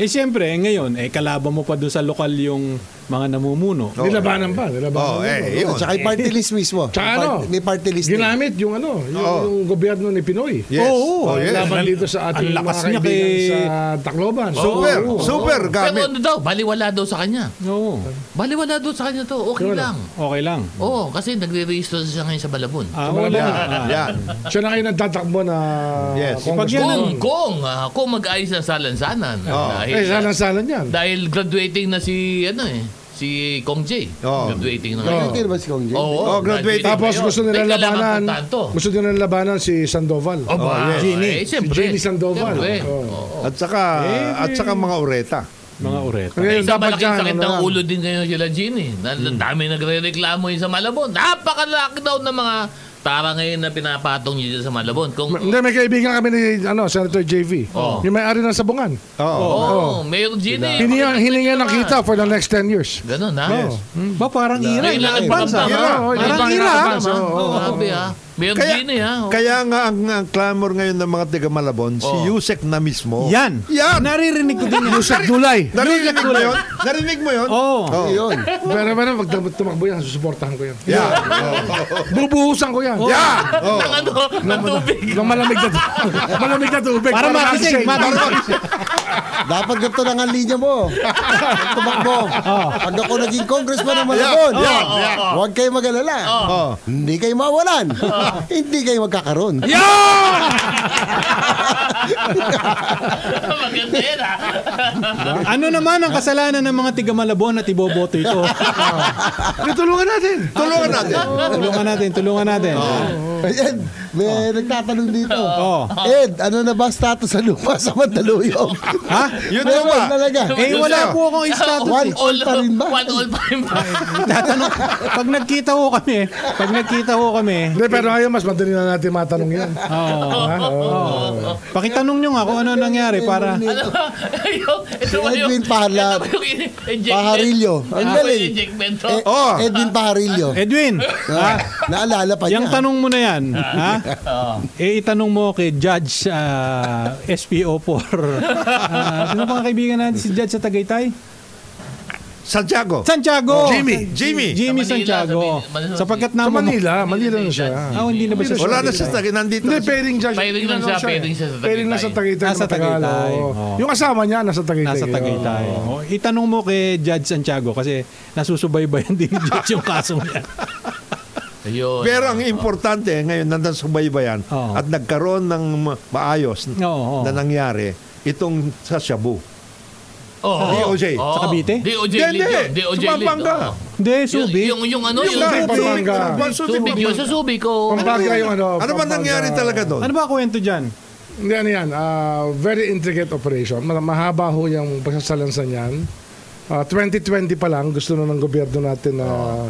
Eh siyempre, ngayon, eh kalaban mo pa doon sa lokal yung mga namumuno.
Nilabanan pa. Nilabanan
Oh,
pa.
eh, yun.
Tsaka yung party list mismo.
Tsaka
May
ano?
part- May party list. din.
Ginamit yung ano, yung,
eh. Oo.
yung gobyerno ni Pinoy.
Yes.
Oo.
Oh, yes.
Laban dito sa ating
Ang lakas
mga
niya
kaibigan
kay-
sa Tacloban.
Super. Super
Pero
gamit.
ano daw, baliwala daw sa kanya.
Oo.
Baliwala daw sa kanya to, okay lang.
Okay lang.
Oo, kasi nagre-register siya ngayon sa Balabon.
Ah, wala.
Yan.
Ah.
Yan.
Siya na ngayon nagtatakbo na
Yes.
Pag yan
congressman.
ang-
Kung, kung, ah, kung mag-ayos ng salansanan.
Oo.
Dahil,
Eh, salang-salan yan.
dahil graduating na si, ano eh, si Kong J.
Oo.
Oh.
Graduating na ngayon.
Graduate na ba si Kong Jay?
Oo,
Oh, graduating.
Tapos
ngayon.
gusto
May
nila
kailangan
labanan,
puntahan to.
gusto nila labanan si Sandoval.
Oh, ba?
yes.
Jenny. Eh,
Si
siyempre.
Jenny Sandoval. Oh.
Siyempre. Oh.
Oo.
Oo.
At saka,
Eh.
at saka mga oreta.
Mga uret.
Ngayon,
Isang
dapat
malaking
dyan,
sakit
ano Hmm.
ng
lang.
ulo din ngayon sila, Jenny. Na, Dami nagre-reklamo yun sa Malabon. Napaka-lockdown ng mga tara ngayon na pinapatong yun dyan sa Malabon. Kung,
Hindi, may kaibigan kami ni ano, Senator JV.
Oo.
Yung may-ari ng sabungan.
Oo.
Oh.
Oo, Mayor Jenny.
Hininga, hininga ng kita for the next 10 years.
Ganun, ha?
Yes.
Ba, parang ira.
Ay,
Ilang
lakad
bansa.
pa
Ira.
Oo,
Parang
ibang
ira.
inaabang,
Tama.
oo.
Oo, grabe, ha? Mayor Jenny, ha? Oo.
Oh.
kaya nga ang, ang clamor ngayon ng mga taga Malabon, si
Oo.
Yusek na mismo.
Yan.
Yan.
Naririnig ko din yan.
Yusek Oh. Dulay.
Narinig mo yun? Narinig mo yun?
Oo.
Yun.
Pero pero pag tumakbo yan, susuportahan ko yan.
Yan.
Bubuhusan ko yan.
Oh.
Yan. Oo.
Oh.
Ang ano, ang tubig.
Ng malamig na tubig. malamig na tubig.
Para makising.
Dapat ganito lang ang linya mo. Pag Tumakbo. Pag ako naging congressman ng Malabon,
Yeah, yeah, yeah.
huwag kayo mag-alala.
Oh.
Oo.
Hindi kayo mawalan. Hindi kayo magkakaroon.
Maganda ah. yan, ha?
Ano naman ang kasalanan ng mga tiga Malabon at iboboto ito?
Tutulungan natin.
Tulungan natin.
tulungan natin, tulungan natin.
Ayan, may nagtatanong dito.
Oo.
Ed, ano na ba status sa lupa sa Mandaluyong?
Ha?
Yun
Meron
ba?
talaga.
Eh, wala po akong status.
One
eh.
all pa rin ba?
One all pa rin ba?
Tatanong, pag nagkita ho kami, pag nagkita ho kami,
Hindi, pero ngayon mas madali na natin matanong yan.
oh,
Ha? Oo.
pakitanong nyo nga kung ano nangyari para...
Ano ba? Ayun, ito ba yung...
Edwin Pahala-
ito ba yung injectment?
Paharilyo. Ang
Ito ba
galing.
yung injectment?
Eh,
Oh.
Edwin Pajarillo.
Edwin,
Ah, naalala pa niya.
yung tanong mo na yan, ha? Eh, itanong mo kay Judge ah, SPO4. Uh, sino pang kaibigan natin si Judge sa Tagaytay?
Santiago.
Santiago!
Oh.
Jimmy. Jimmy.
Jimmy
Sa Manila,
Santiago.
sa Min- Manila-
Sapagkat
Sa
naman...
Manila, Manila na siya.
Ah, hindi na ba siya?
Wala na siya. Nandito na
Hindi,
siya.
pairing siya.
Pairing lang
Ano
siya,
eh.
pairing siya sa
Pairing na sa
Tagaytay.
Tagaytay.
Nasa
ng Tagalog.
Tagaytay, oo.
Yung kasama niya, nasa Tagaytay.
Nasa Tagaytay. Oh.
Oo.
Itanong mo kay Judge Santiago kasi nasusubaybayan din ni Judge yung kaso niya.
Ayun.
Pero ang importante ngayon, nandang subaybayan
Oo.
Oh.
at nagkaroon ng ma- maayos
Oo, oo.
na nangyari itong sa Shabu.
Oo, oo.
DOJ.
Oo.
Sa Cavite?
DOJ
Hindi,
lead yun.
hindi.
DOJ lead.
Sumabanga.
Oo.
Hindi, Subic.
Yung, yung, yung ano, yung,
Yung
Subic,
Subic,
Pampanga.
Pampanga.
Subic yun. Sa Subic, oo.
Pampanga. Bagay yung ano,
Ano ba
Pampanga.
nangyari talaga doon?
Ano ba kwento dyan?
Hindi, ano yan. ah, very intricate operation. Ma- Mahaba ho yung pagsasalansan yan. Ah, 2020 pa lang, gusto na ng gobyerno natin na
Oh.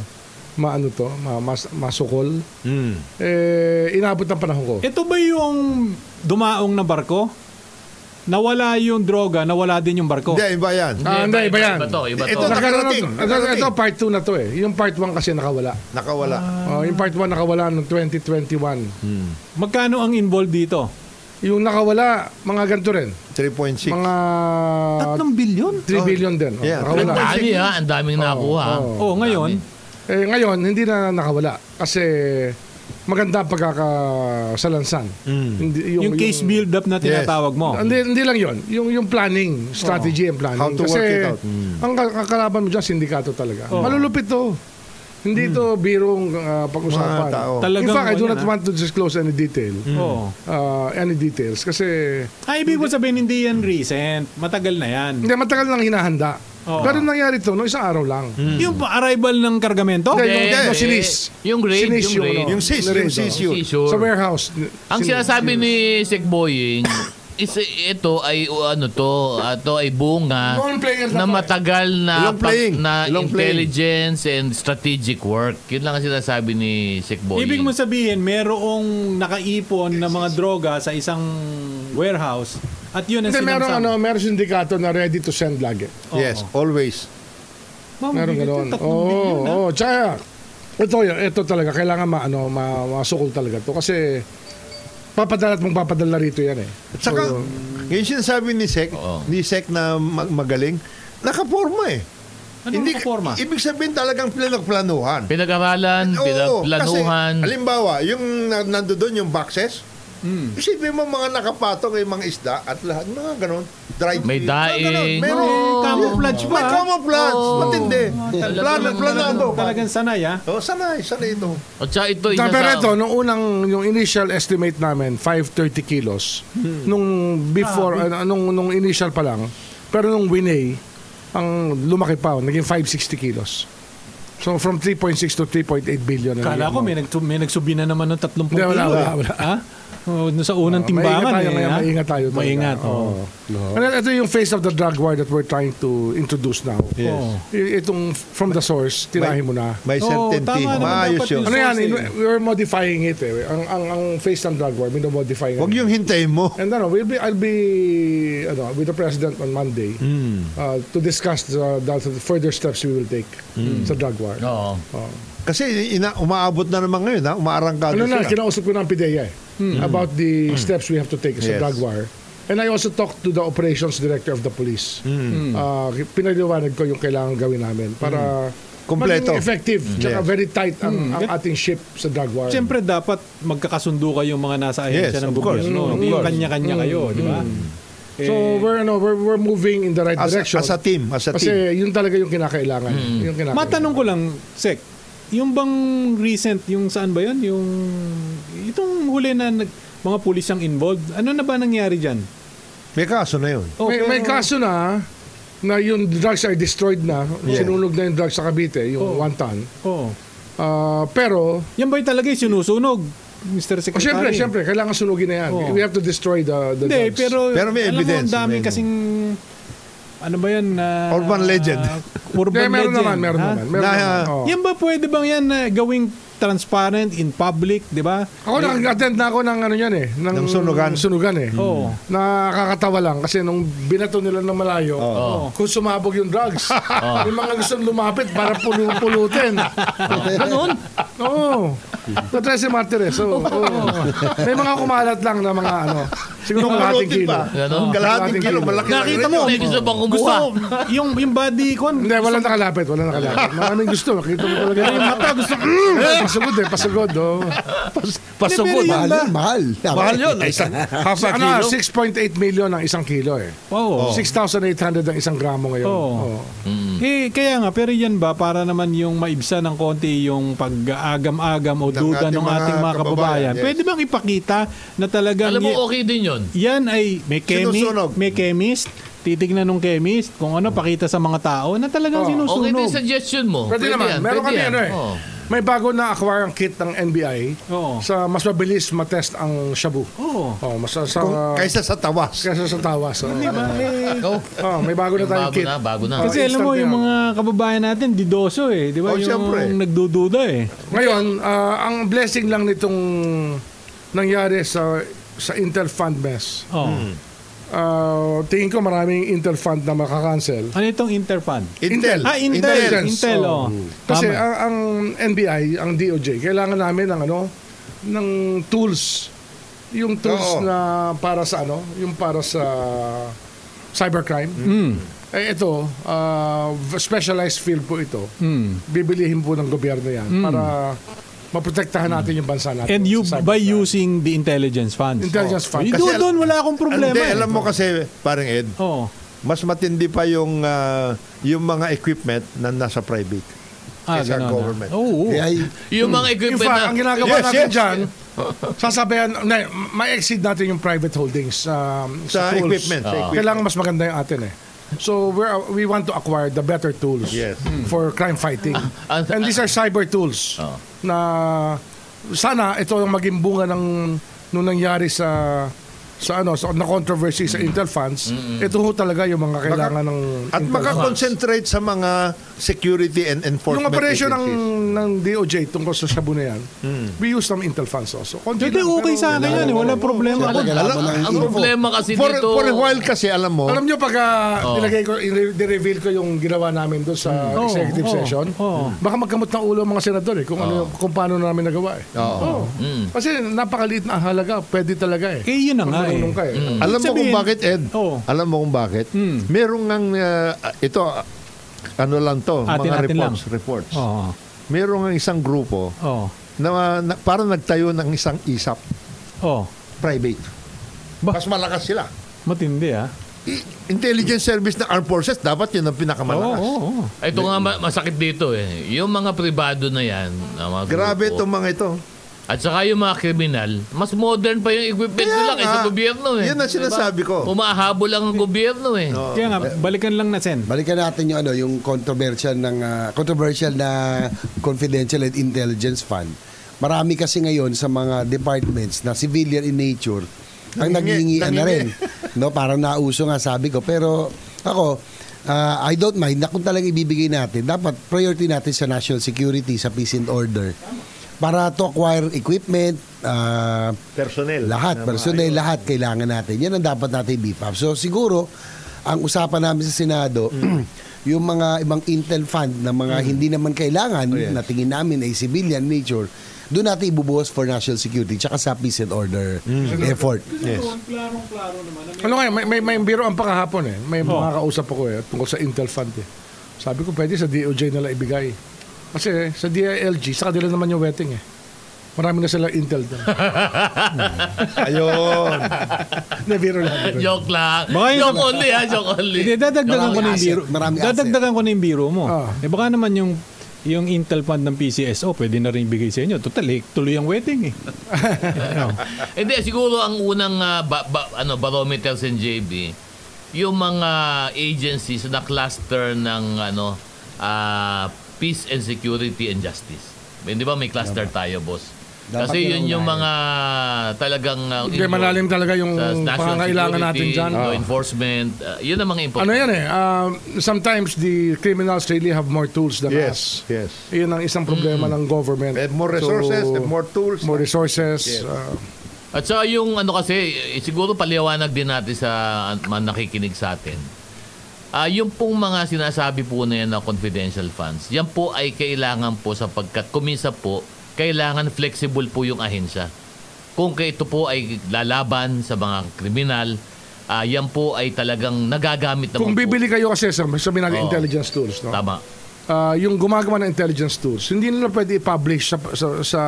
maano to, ma- mas- masukol.
Hmm.
Eh, inabot ng panahon ko.
Ito ba yung dumaong na barko? Nawala yung droga, nawala din yung barko.
Hindi, iba yan.
Ah, hindi, iba yan.
Iba to, iba to.
Ito na- nakarating,
Nagkaroon-
nakarating.
Ito, part 2 na to eh. Yung part 1 kasi nakawala.
Nakawala.
Oh, yung part 1 nakawala noong 2021.
Magkano ang involved dito?
Yung nakawala, mga ganito rin.
3.6.
Mga
Tatlong bilyon?
3 billion din. Oh,
Yeah,
Ang
nakawala.
dami ha, ang daming nakuha.
oo.
Oh, ngayon,
Eh, ngayon, hindi na nakawala. Kasi maganda ang pagkakasalansan.
Mm.
Hindi,
yung case build-up na tinatawag mo.
Hindi, hindi lang yon Yung, yung planning, strategy and planning.
Oh. How to
Kasi
work it out. Mm. Oh.
ang ka- kakalaban mo dyan, sindikato talaga. Malulupit to. Hindi to birong ah, pag-usapan.
Mm. Mga tao. ano
Talagang
In fact, I do
ganyan,
not
ah.
want to disclose any detail.
Mm.
Oo.
Ah, any details. Kasi
Ay, Oh. Ah, ibig mo sabihin, hindi yan recent. Matagal na yan.
Hindi, matagal nang hinahanda.
Oh.
Oo.
Ganun nangyari to, no? Isang araw lang.
Mm.
Yung pa- arrival ng kargamento?
Hindi,
Hindi,
yung, ano,
eh,
yung sinis.
yung grade,
Sinis
yung grade.
ano,
Yung sis,
nare-
yung sis yun.
Sa
Sure.
warehouse.
Ang
Sinis.
sinasabi ni Sek Boying, is ito ay o, ano to, ito ay bunga
Long player
na
na to, eh.
matagal na
Long playing.
na
Long playing.
intelligence and strategic work. Yun lang ang sinasabi ni Sek Boying.
Ibig mo sabihin, merong nakaipon na mga droga sa isang warehouse at yun ang
Hindi, meron, ano,
sinamsam.
meron sindikato na ready to send lagi.
Yes, always.
Ma'am,
Meron
bigat
ganun.
yung tatlong bilyon,
Oo,
ah.
oh, tsaka, ito, yun, ito talaga, kailangan ma, ano, ma, masukol talaga to. Kasi, papadala at mong papadala rito yan eh.
At saka, ngayon sinasabi ni Sec,
Oo.
ni Sec na mag- magaling, nakaporma eh.
Anong nakaporma?
Ibig sabihin talagang pinagplanuhan. Eh,
Pinag-aralan,
Oo,
pinagplanuhan.
Kasi, halimbawa, yung na- nando doon, yung boxes, Isipin mo mga nakapatong, yung mga isda at lahat, mga ganon. Dried
May
fish, mga ganon.
daing.
Meron.
May Eh, camouflage
May
ba?
camouflage.
Oo.
Matindi.
talaga
Plan,
naman,
planado.
Talagang sanay, ah.
Oh, sanay, sanay ito.
At saka ito, isa
Pero
sa...
ito, nung unang, yung initial estimate namin, 530 kilos.
Hmm.
Nung before, ano, nung, nung initial pa lang. Pero nung winay, ang lumaki pa, oh, naging 560 kilos. So from 3.6 to 3.8 billion. na
Kala
naging
ko may,
amount.
nagsu- may nagsubi na naman ng 30
Hindi,
kilo.
wala, wala,
eh.
wala.
Ha? Oh, nung sa unang
Oh,
timbangan.
maingat tayo
eh,
ngayon,
ha?
maingat tayo. talaga.
Maingat, oo.
Oo. And then, ito yung face of the drug war that we're trying to introduce now.
Oo.
I- Itong from the source, tirahin mo na.
May
Oo,
certainty.
tama naman,
Maayos
dapat
yun.
yun.
Ano yan,
source
in- we're modifying it eh. Ang, ang, ang face ng drug war, minomodify nga.
Huwag yung hintayin mo.
And ano, we'll be, I'll be ano, with the president on Monday uh, to discuss the, the further steps we will take sa drug war.
Oo.
Kasi ina, umaabot na naman ngayon, ha? umaarangkado
Ano na,
sila.
kinausap ko na ang PIDEA eh, about the steps we have to take
Hmm.
sa
Yes.
drug war. And I also talked to the operations director of the police.
Hmm.
Uh, pinaliwanag ko yung kailangan gawin namin para
Kompleto.
maging effective.
Hmm. Yes.
Tsaka
Hmm.
very tight ang, ang ating ship sa drug war.
Siyempre, dapat magkakasundo kayo mga nasa
Yes,
ahensya ng
of course.
gobyerno.
Mm,
Hindi
of
yung
course.
kanya-kanya kayo, di ba?
mm.
Eh,
So we're, ano, we're, we're moving in the
Eh,
right
As,
direction.
as a team, Hmm. as a team.
Kasi yun talaga yung kinakailangan. Yung kinakailangan.
Matanong ko lang, Sek, yung bang recent, yung saan ba yun? Yung, itong huli na nag, mga pulis ang involved, ano na ba nangyari dyan?
May kaso na yun.
Oh,
may,
pero-
may kaso na na yung drugs are destroyed na, sinunog na yung drugs sa Cavite, yung
Oh.
one ton.
Oo.
Ah, pero,
oh. Yan ba yung talaga yung sinusunog, Mr.
oh,
Secretary?
syempre, syempre, kailangan sunugin na yan.
Oo.
We have to destroy the,
Oh.
the
Hindi,
drugs.
pero,
Pero may
alam
evidence,
mo, ang dami
may-
kasing, ano ba yan? ah,
Urban legend.
ah, urban
Hindi, meron
legend.
naman, meron
ha?
naman. Meron
Na-
naman. Oh. oo.
Yan ba pwede bang yan ah, gawing transparent in public, di ba?
Ako nag-attend na ako ng ano yan eh. Ng,
Ng sunugan.
sunugan eh.
Oo.
Nakakatawa lang kasi nung binato nila ng malayo,
Oh.
kung sumabog yung drugs, yung mga gustong lumapit para pulu-pulutin. Ganun? Oo. Oh. Patrese Martires. So, oo. May mga kumalat lang na mga ano. Siguro kalahating
Kalahating
kilo.
pa.
Ano?
Ganon.
Kalahating
Kalahating
kilo,
kilo.
malaki.
Nakita mo, may gusto bang kumuha.
Gusto, yung, yung body ko,
Hindi, walang nakalapit, walang nakalapit. Maraming gusto, makita mo talaga. Yung mata, gusto ko. Pasagod eh, pasagod. Oh.
Pasugod.
ah.
Hindi,
Mahal
ba?
yun, mahal.
Mahal yun. ay, Isang,
Half ano, 6.8 million ang isang kilo eh.
Oh.
Oo.
6,800 ang isang gramo ngayon. Oh.
Oo.
Oo.
Eh, kaya nga, pero yan ba, para naman yung maibsa ng konti yung pag-agam-agam o duda
ating
ng
mga
ating mga kababayan,
kababayan, yes.
pwede bang ipakita na talagang
Alam mo,
y-
okay din yun.
yan ay may, chemi,
Sinusunog.
may chemist, titignan ng chemist kung ano pakita sa mga tao
Oh,
na talagang
Oo.
sinusunog.
Okay din yung suggestion mo.
Pwede, naman.
yan,
Meron
pwede
kami
yan. Oh.
ano eh.
Oo.
May bago na aquarium kit ng NBI
Oo.
sa mas mabilis matest ang shabu.
Oo.
Oh, mas sa
Kung- eh. kaysa sa tawas.
kaysa sa tawas. Oo.
Diba? Eh,
Ikaw,
Oh, may bago na tayong
bago
kit. Oh,
na, bago na.
kasi alam mo,
instant
yung
yan.
mga kababayan natin, didoso eh. Di ba?
Oh,
yung
syempre.
nagdududa eh.
Ngayon, ah, ang blessing lang nitong nangyari sa sa Interfund mess.
Oh.
Hmm.
Ah, tingin ko maraming Interfund na makakancel.
Ano itong Interfund?
Intel.
Ah, Intel.
Intelligence.
Intel, oh.
Kasi
Tama.
ang, ang NBI, ang DOJ, kailangan namin ng ano, ng tools. Yung tools
Oo.
na para sa ano, yung para sa cybercrime.
Mm.
Eh ito, ah, v- specialized field po ito.
Hmm.
Bibilihin po ng gobyerno 'yan para maprotektahan natin yung bansa natin.
Mm. And you,
sa cybercrime.
by using the intelligence funds.
Intelligence
Oh.
funds.
Yun,
Kasi
doon,
al-
doon, wala akong problema.
Hindi,
eh. Oh.
alam mo kasi, parang Ed,
Oo.
mas matindi pa yung ah, yung mga equipment na nasa private.
Ah,
Kesa
ganun.
government.
Oo. oo.
Ay,
Yung mga
In
equipment
fact, Hmm. ang
na...
ginagawa
Yes,
natin
yes.
dyan, sasabihan, na, ma-exceed natin yung private holdings um,
Sa
sa, tools.
equipment,
Ah.
sa equipment.
Kailangan mas maganda yung atin eh. So we're, we want to acquire the better tools
Yes.
for crime fighting.
Ah,
And these are cyber tools
Ah.
na sana ito ang maging bunga ng nung nangyari sa sa ano sa na controversy sa Intel funds. Ito ho talaga yung mga kailangan ng
At
Intel funds.
makakonsentrate sa mga security and
Yung
enforcement
operation ng
agencies. Mm.
ng DOJ tungkol sa Shabu na yan, we use some Intel funds also. Konti
Hindi,
lang,
okay
pero-
sa akin yan. eh. Wala problema Oh. ako.
talaga
Oh, alam-
naman ang
Ang
info.
problema kasi
For,
dito...
for a while kasi, alam mo,
Alam nyo, pag ah, nilagay ko, i- i-reveal ko yung ginawa namin doon sa
Oo,
executive
oo,
session,
oo.
baka magkamot ng ulo ang mga senador eh, kung, ano, kung paano namin nagawa eh. Oo. Kasi napakaliit na halaga, pwede talaga eh.
Kaya yun na nga eh.
Marunong ka eh.
Alam mo kung
sabihin-
bakit, Ed?
Oo.
Alam mo kung bakit? Merong ngang, ah, ito, ah, ano lang to,
Atin-
mga reports.
atin lang. Oh.
reports.
Oo.
Merong ang isang grupo
Oo.
na, na parang nagtayo ng isang ISAP
Oo.
private.
Ba-
Mas malakas sila.
Matindi ah.
I- Intelligence Service ng Armed Forces, dapat yun ang
Oo.
pinakamalakas.
oo, oo.
Ito nga ma- masakit dito eh. Yung mga pribado na yan. ang mga
Grabe
grupo,
itong mga ito.
At saka yung mga kriminal, mas modern pa yung equipment
Kaya
nila kaysa
nga.
gobyerno eh.
Yun ang sinasabi ko. Oh.
Umahabo lang ang gobyerno eh.
Kaya nga, balikan lang na sen.
Balikan natin yung ano, yung controversial ng ah, controversial na confidential and intelligence fund. Marami kasi ngayon sa mga departments na civilian in nature ang
Nangingi-
nangingian na rin.
nangingi.
No, parang nauso nga sabi ko. Pero ako, ah, I don't mind na kung talagang ibibigay natin. Dapat priority natin sa national security, sa peace and order. Para to acquire equipment, ah,
Personnel.
lahat, personnel, lahat kailangan natin. Yan ang dapat natin beef up. So siguro, ang usapan namin sa Senado, yung mga ibang Intel fund na mga hindi naman kailangan, na tingin namin ay civilian nature, doon natin ibubuhos for national security tsaka sa peace and order effort.
Yes.
Ano nga, may, may, may biro ang pakahapon eh. May
Oh.
mga kausap ako eh, tungkol sa Intel Fund eh. Sabi ko, pwede sa DOJ nila ibigay. Kasi sa DILG, sa kanila naman yung wetting eh. Marami na sila Intel doon.
Ayun.
Na biro lang.
Joke lang.
Baka yun-
Joke only ha, joke only.
Hindi, dadagdagan
Maraming
ko na yung
asset,
biro.
maraming asset.
Dadagdagan ko na yung biro mo.
Ah.
Eh baka naman yung yung Intel fund ng PCSO, pwede na rin ibigay sa inyo. Total, eh, tuloy ang wedding eh.
Ah. Hindi, siguro ang unang ah, ba- ba- ano, barometer sa JB, yung mga agencies na cluster ng ano, ah, peace and security and justice. Hindi ba may cluster tayo, boss?
Dapat
Kasi
yun
yun
ang
yung mga talagang ah,
Hindi, malalim talaga yung
sa national
pangangailangan natin
security,
dyan.
law enforcement, ah, yun ang mga important.
Ano yan eh, um, sometimes the criminals really have more tools than
yes,
us.
yes.
Iyon ang isang problema ng government.
They have more resources,
So,
they have more tools.
more resources.
Yes.
uh,
At saka yung ano kasi, eh, siguro paliwanag din natin sa an- mga nakikinig sa atin. Ah, yung pong mga sinasabi po na yan na confidential funds, yan po ay kailangan po sapagkat kumisa po, kailangan flexible po yung ahensya. kung kayo ito po ay lalaban sa mga kriminal, ah, yan po ay talagang nagagamit naman
Kung
po.
bibili kayo kasi sa, sabi natin
Oo.
intelligence tools, no?
Tama.
Ah, yung gumagawa ng intelligence tools, hindi nila pwede i-publish sa sa sa,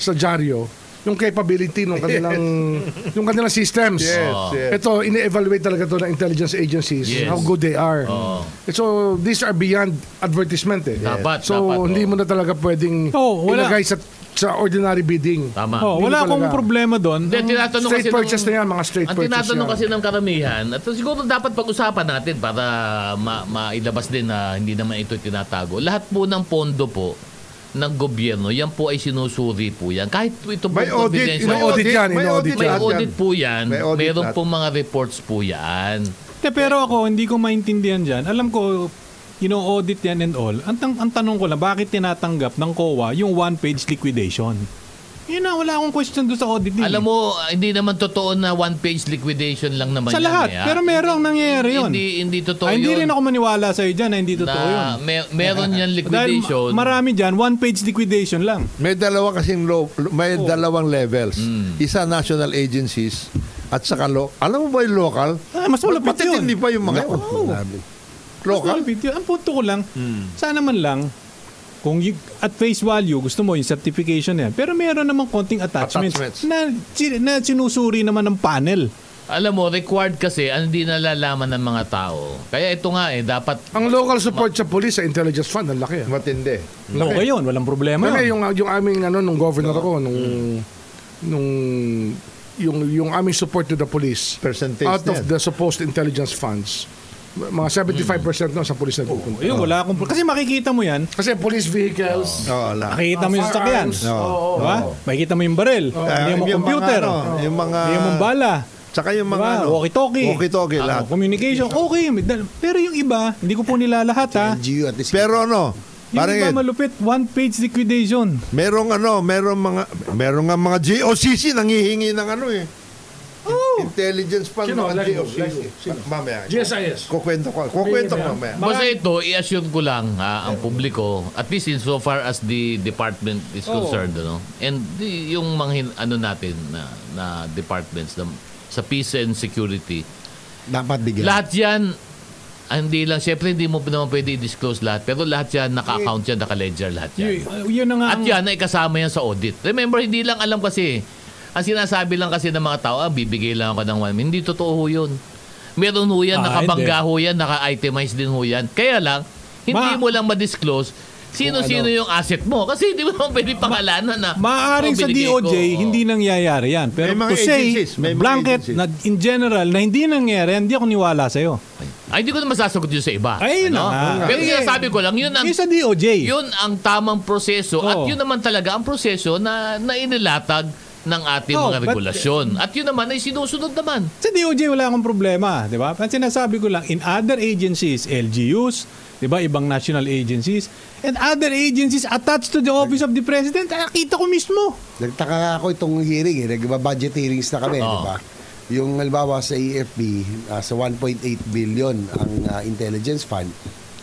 sa dyaryo yung capability ng kanilang yung kanilang systems.
Yes,
Oo.
yes.
Ito, ini-evaluate talaga to ng intelligence agencies,
Ah. Yes. Ah.
how good they are.
Oo.
And So, these are beyond advertisement eh.
Dapat,
so,
dapat, oo.
hindi mo na talaga pwedeng
Oo, wala.
ilagay sa, sa ordinary bidding.
Tama.
Oh,
Hindi
wala
talaga.
akong problema doon.
Hindi, tinatanong
Straight
kasi ng-
purchase na yan, mga straight
ang
purchase
tinatanong
yan.
kasi ng karamihan, at siguro dapat pag-usapan natin para ma- mailabas din na hindi naman ito tinatago. Lahat po ng pondo po ng gobyerno, yan po ay sinusuri po yan. Kahit ito po
May
ang
audit,
confidential.
May audit yan,
may
inaudit
audit
May
lahat yan.
audit po yan.
May audit
Meron
lahat.
po mga reports po yan.
Te, pero ako, hindi ko maintindihan dyan. Alam ko, ino-audit yan and all. Ang, tan- ang tanong ko lang, bakit tinatanggap ng COA yung one-page liquidation? Yun na, wala akong question doon sa eh. audit din.
Alam mo, hindi naman totoo na one-page liquidation lang naman
sa
yan.
lahat.
eh, ha?
Pero merong nangyayari yun.
Hindi, hindi totoo
Ay, hindi
yun.
rin ako maniwala sa'yo dyan na hindi totoo yun.
na me- meron yan
Dahil
liquidation.
ma- marami dyan, one-page liquidation lang.
May dalawa kasing law,
Oh.
may dalawang levels.
Hmm.
Isa national agencies at saka lo, alam mo ba yung local?
Ah, mas malapit yun.
Hindi pa yung mga Oh.
Oo.
local.
Mas malapit yun. Ang punto ko lang,
Hmm.
sana man lang, kung y- at face value, gusto mo yung certification na yan. Pero meron namang konting attachments,
Attachments.
Na, sin- na sinusuri naman ng panel.
Alam mo, required kasi ang hindi nalalaman ng mga tao. Kaya ito nga eh, dapat
Ang local support sa police sa intelligence fund, ang laki. ah.
Matindi.
Okay yun, walang problema
Kaya
yun.
yung yung aming ano nung governor ako nung nung yung yung aming support to the police
Percentage
out of
din.
the supposed intelligence funds mga 75% no sa police nagpupunta.
Ayun, wala akong... Kasi makikita mo yan,
Kasi police vehicles,
Oo, wala. Ah.
makikita mo yung sasakyan.
firearms, oh,
Oo.
oo,
Diba? Makikita mo yung baril. Hindi
Oh.
mo
Ah, yung
computer.
Mga, ano, yung mga...
Hindi mo bala.
Tsaka yung mga...
Diba?
Ano,
Walkie-talkie.
Walkie-talkie
Ah,
lahat.
communication. Okay. may dal- Pero yung iba, hindi ko po ah. nilalahat ha.
NGO at least.
Pero ano,
Yung
parang
iba malupit, one page liquidation.
merong ano, merong mga... Merong nga mga GOCC nangihingi ng ano eh.
Oh.
Intelligence pa ng
Sino?
mga
Like,
GOCC.
sino?
Mamaya.
GSIS.
Kukwento ko. Kukwento ko mamaya.
Basta ito, i-assure ko lang ha, ang publiko, at least in so far as the department is concerned, ano? and the, yung mga hin- ano natin na, na departments na, sa peace and security,
dapat bigyan.
lahat yan, ah, hindi lang, syempre hindi mo naman pwede i-disclose lahat, pero lahat yan, naka-account yan, naka-ledger lahat yan.
Yun, uh, yun na nga.
At
ang-
yan ay kasama yan sa audit. Remember, hindi lang alam kasi. Ang sinasabi lang kasi ng mga tao, ah, bibigay lang ako ng one million. Hindi totoo ho yun. Meron ho yan,
Ah,
nakabangga ho yan, naka-itemize din ho yan. Kaya lang, hindi
Ma- ano.
mo lang ma-disclose sino-sino yung asset mo. Kasi hindi mo naman pwede pangalanan na.
Maaaring
"Oh,
sa
binigay
DOJ,
ko."
hindi nangyayari yan. Pero
May mga
to say,
agencies, may mga
blanket,
agencies.
na in general, na hindi nangyayari, hindi ako niwala sa'yo.
Ay, hindi ko na masasagot yun sa iba. Ano?
Ay, yun na nga.
Pero
Ay,
sinasabi ko lang, yun ang
Yung sa DOJ.
Yun ang tamang proseso at
Oo.
yun naman talaga ang proseso na, na inilatag ng ating
Oo,
mga
but-
regulasyon. at yun naman ay sinusunod naman.
Sa DOJ wala akong problema, 'di ba? Ang sinasabi ko lang in other agencies, LGUs, 'di ba, ibang national agencies and other agencies attached to the office of the president, ah, kita ko mismo.
Nagtaka nga ako itong hearing eh. Nagba-budget hearings na kami, di ba? Yung halimbawa sa AFP, ah, sa 1.8 billion ang ah, intelligence fund.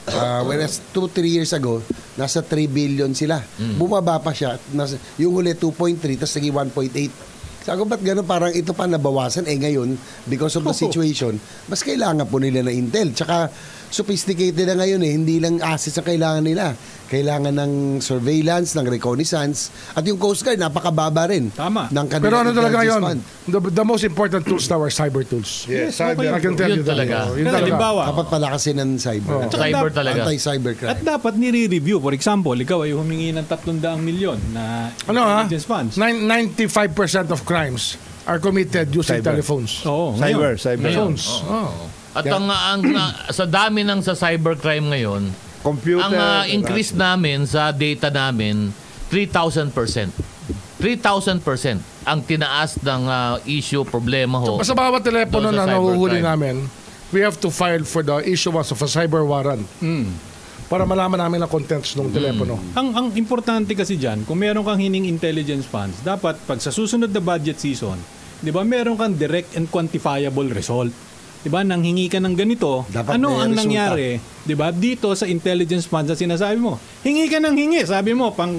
Ah, whereas 2-3 years ago, nasa 3 billion sila. Bumaba pa siya. Nasa, yung huli 2.3, tapos naging 1.8. Sabi ko, ba't ganun? Parang ito pa nabawasan. Eh ngayon, because of the situation, mas kailangan po nila na intel. Tsaka sophisticated na ngayon eh. Hindi lang assets ang kailangan nila. Kailangan ng surveillance, ng reconnaissance. At yung Coast Guard, napakababa rin.
Tama.
Ng kanilang
Pero ano talaga
intelligence fund.
yun? The, the most important tools now are cyber tools.
Yes,
I can tell
Yun
you that.
talaga.
Oh, yun talaga.
Halimbawa,
Dapat palakasin ng cyber.
Oo.
At saka
Cyber
dapat-
talaga.
at
Anti-cybercrime.
dapat nire-review. For example, ikaw ay humingi ng 300 milyon na
Ano ha?
intelligence funds.
Nine- 95% of crimes are committed using
Cyber.
telephones.
Oo, ngayon.
Cyber, cyber.
Ngayon.
Phones. Oh.
At ang, ah, ang na- sa dami ng sa cybercrime ngayon,
Computer. diba?
ang uh, increase namin sa data namin 3,000%. 3,000% ang tinaas ng uh, issue problema ho.
Basta bawat
Doon
telepono
sa
na nahuhuli
cybercrime.
namin, we have to file for the issuance of a cyber warrant.
Hmm.
Para malaman namin ang contents ng telepono.
Ang ang importante kasi diyan, kung meron kang hining intelligence funds, dapat pag sa susunod na budget season, 'di ba, meron kang direct and quantifiable result. 'Di ba, nang hingi ka ng ganito,
Dapat may
ano ang
resulta.
nangyari, 'di ba? Dito sa intelligence funds na sinasabi mo. Hingi ka ng hingi, sabi mo pang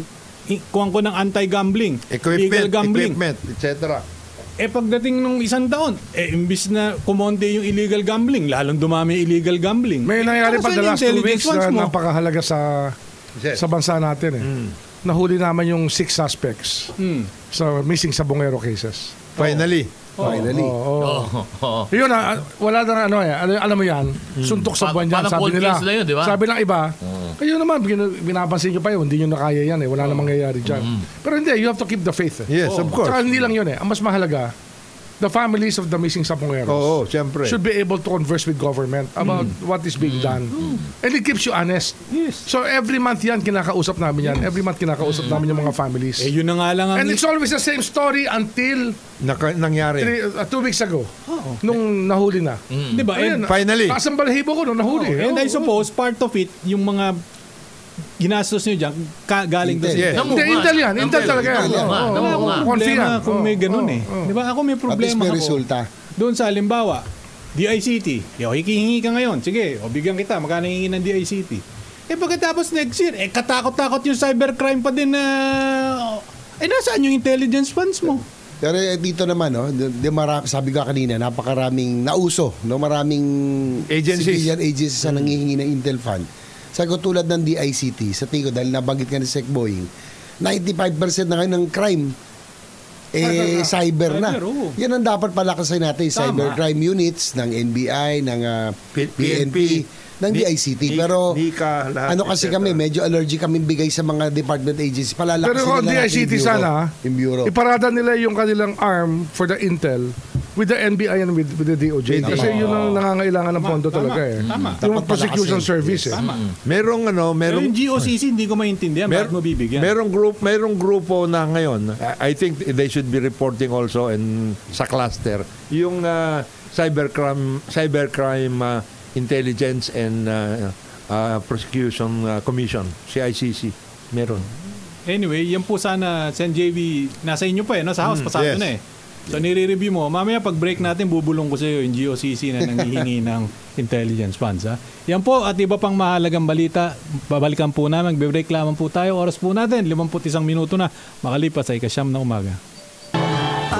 i- kuhan ko ng anti-gambling, legal
Equipment,
gambling.
equipment, etc.
Eh pagdating nung isang taon, eh imbis na kumonte yung illegal gambling, lalong dumami yung illegal gambling.
May
Nasaan
nangyari pa the
yung
last two
Ano intelligence
weeks na
ones mo?
napakahalaga sa
Yes.
sa bansa natin eh.
Hmm.
Nahuli naman yung six suspects
Hmm.
sa missing sa Bongero cases.
Finally.
Finally.
Oo. oo.
Oo. oo.
Yun na, wala na ano eh. Alam, alam mo yan, suntok
Hmm. Pa-
sa buwan yan,
parang
sabi
cold
nila.
case na yun, di ba? Hmm.
Sabi ng iba, kayo naman, bin- binabansin nyo pa yun, hindi nyo nakaya yan eh, wala namang nangyayari dyan.
Hmm.
Pero hindi, you have to keep the faith eh.
Yes, of course.
Tsaka hindi lang yun eh, ang mas mahalaga, the families of the missing Sapungeros
Oo, oh, Mm. siyempre.
should be able to converse with government about what is being done.
Mm.
And it keeps you honest.
Yes.
So every month yan, kinakausap namin yan. Every month
Mm.
kinakausap namin yung mga families.
Eh yun na nga lang ang
And it's always the same story until
Naka, nangyari.
three, uh, two weeks ago, nung nahuli na.
'di ba? Eh, And,
Oh, Mm. Finally. Oh, eh,
Kasambalahibo ko nung nahuli.
and I
Oo.
suppose part of it yung mga ginastos niyo diyan ka, galing doon.
Yes.
Namu-
Hindi, Intel yan.
Namu-
Intel talaga yan.
Namu-
Oo,
Namu-
oo,
Wala
Namu-
oo.
akong
Konfi
problema
yan.
kung may
Oo,
ganun eh.
oo, oo.
'Di ba? Ako may
At least
problema
may
ako.
resulta.
Doon sa halimbawa, DICT, yo, oh, hikihingi ka ngayon. Sige, o bigyan kita, magkano hihingi ng DICT? Eh pagkatapos next year, eh katakot-takot yung cybercrime pa din na... eh nasaan yung intelligence funds mo?
Pero eh, dito naman, no, di, di mara- sabi ko kanina, napakaraming nauso, no, maraming
Agencies.
civilian agencies na nangihingi ng Intel Fund. Sa ko tulad ng DICT, sa tingin ko, dahil nabanggit ka ni Sec Boying, 95% na ngayon ng crime eh, cyber na.
Cyber, oo.
Yan ang dapat palakasin natin, yung
Tama.
cybercrime units ng NBI, ng ah,
P-
PNP, ng
Ni- Ni-
DICT. Pero
Nika, lahat,
ano kasi
etc.
kami, medyo allergic kami bigay sa mga department agencies. Palalakasin
Pero kung
nila natin yung
DICT
bureau-
sana,
yung bureau.
iparada nila yung kanilang arm for the Intel with the NBI and with, with the DOJ. Kasi
Tama.
yun ang nangangailangan ng
Tama,
pondo
tama,
talaga eh.
tama.
Yung
Dapat
prosecution
palakasin.
service eh.
Tama.
Merong ano,
Pero
merong
yung GOCC, hindi ko maintindihan.
Mer-
bakit mo bibigyan?
Merong group, merong grupo na ngayon. I I think they should be reporting also and sa cluster yung ah, cybercrime cybercrime ah, intelligence and ah, ah, prosecution ah, commission, CICC. Meron.
Anyway, yan po sana, Sen JV, nasa inyo pa eh, no? sa house, pasado
yes.
na eh. So nire-review mo. Mamaya pag break natin, bubulong ko sa iyo yung GOCC na nangihingi ng intelligence funds. Ha? Yan po at iba pang mahalagang balita. Babalikan po namin. Break lamang po tayo. Oras po natin. 51 minuto na. Makalipas ay kasyam na umaga.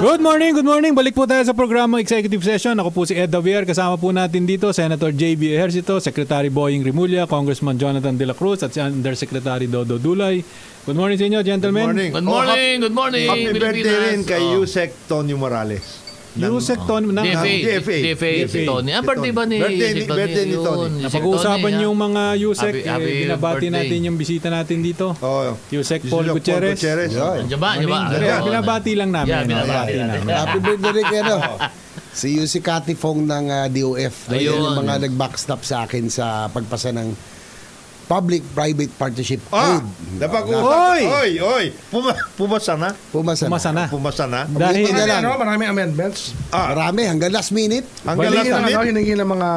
Good morning, good morning. Balik po tayo sa programang Executive Session. Ako po si Ed Davier. Kasama po natin dito Senator J.B. Ejercito, Secretary Boying Rimulya, Congressman Jonathan De La Cruz at si Undersecretary Dodo Dulay. Good morning sa inyo, gentlemen.
Good morning, good morning,
Happy birthday
Pilipinas.
rin kay
Oh.
Yusek Tony Morales.
You
Ng-
set tone na.
DFA.
DFA.
DFA. Oh, Si
DFA.
Tony.
Si
Ah, birthday ba ni
Birthday ni-
si Tony?
birthday ni
Yun,
Tony.
si
Napag-uusapan
Tony,
yung
ah.
mga Yusek.
Happy-
eh,
happy
binabati
birthday.
natin yung bisita natin dito.
Oh,
Yusek Paul
Yusek
Gutierrez.
Oh.
Andiyan ba? Andiyan Ah, ba?
Hindi,
Diba, Oo.
binabati lang namin.
Yeah,
no?
binabati
Binabati
namin.
namin.
Happy birthday rin kayo.
Oh.
Si Yusi Cathy Fong ng ah, DOF. No, yan
Ayun.
yung mga nag-backstop sa akin sa pagpasa ng Public-Private Partnership
Ah,
Code.
napag-usap.
Oy!
Oy, oy. Puma, pumasa na.
Pumasa na.
Pumasa na.
Pumasa na.
Dahil,
Hindi
Marami,
lang.
ano, marami amendments.
Ah,
Marami, hanggang last minute.
hanggang
Hiningi
last
ng, ano,
minute.
hiningi ng mga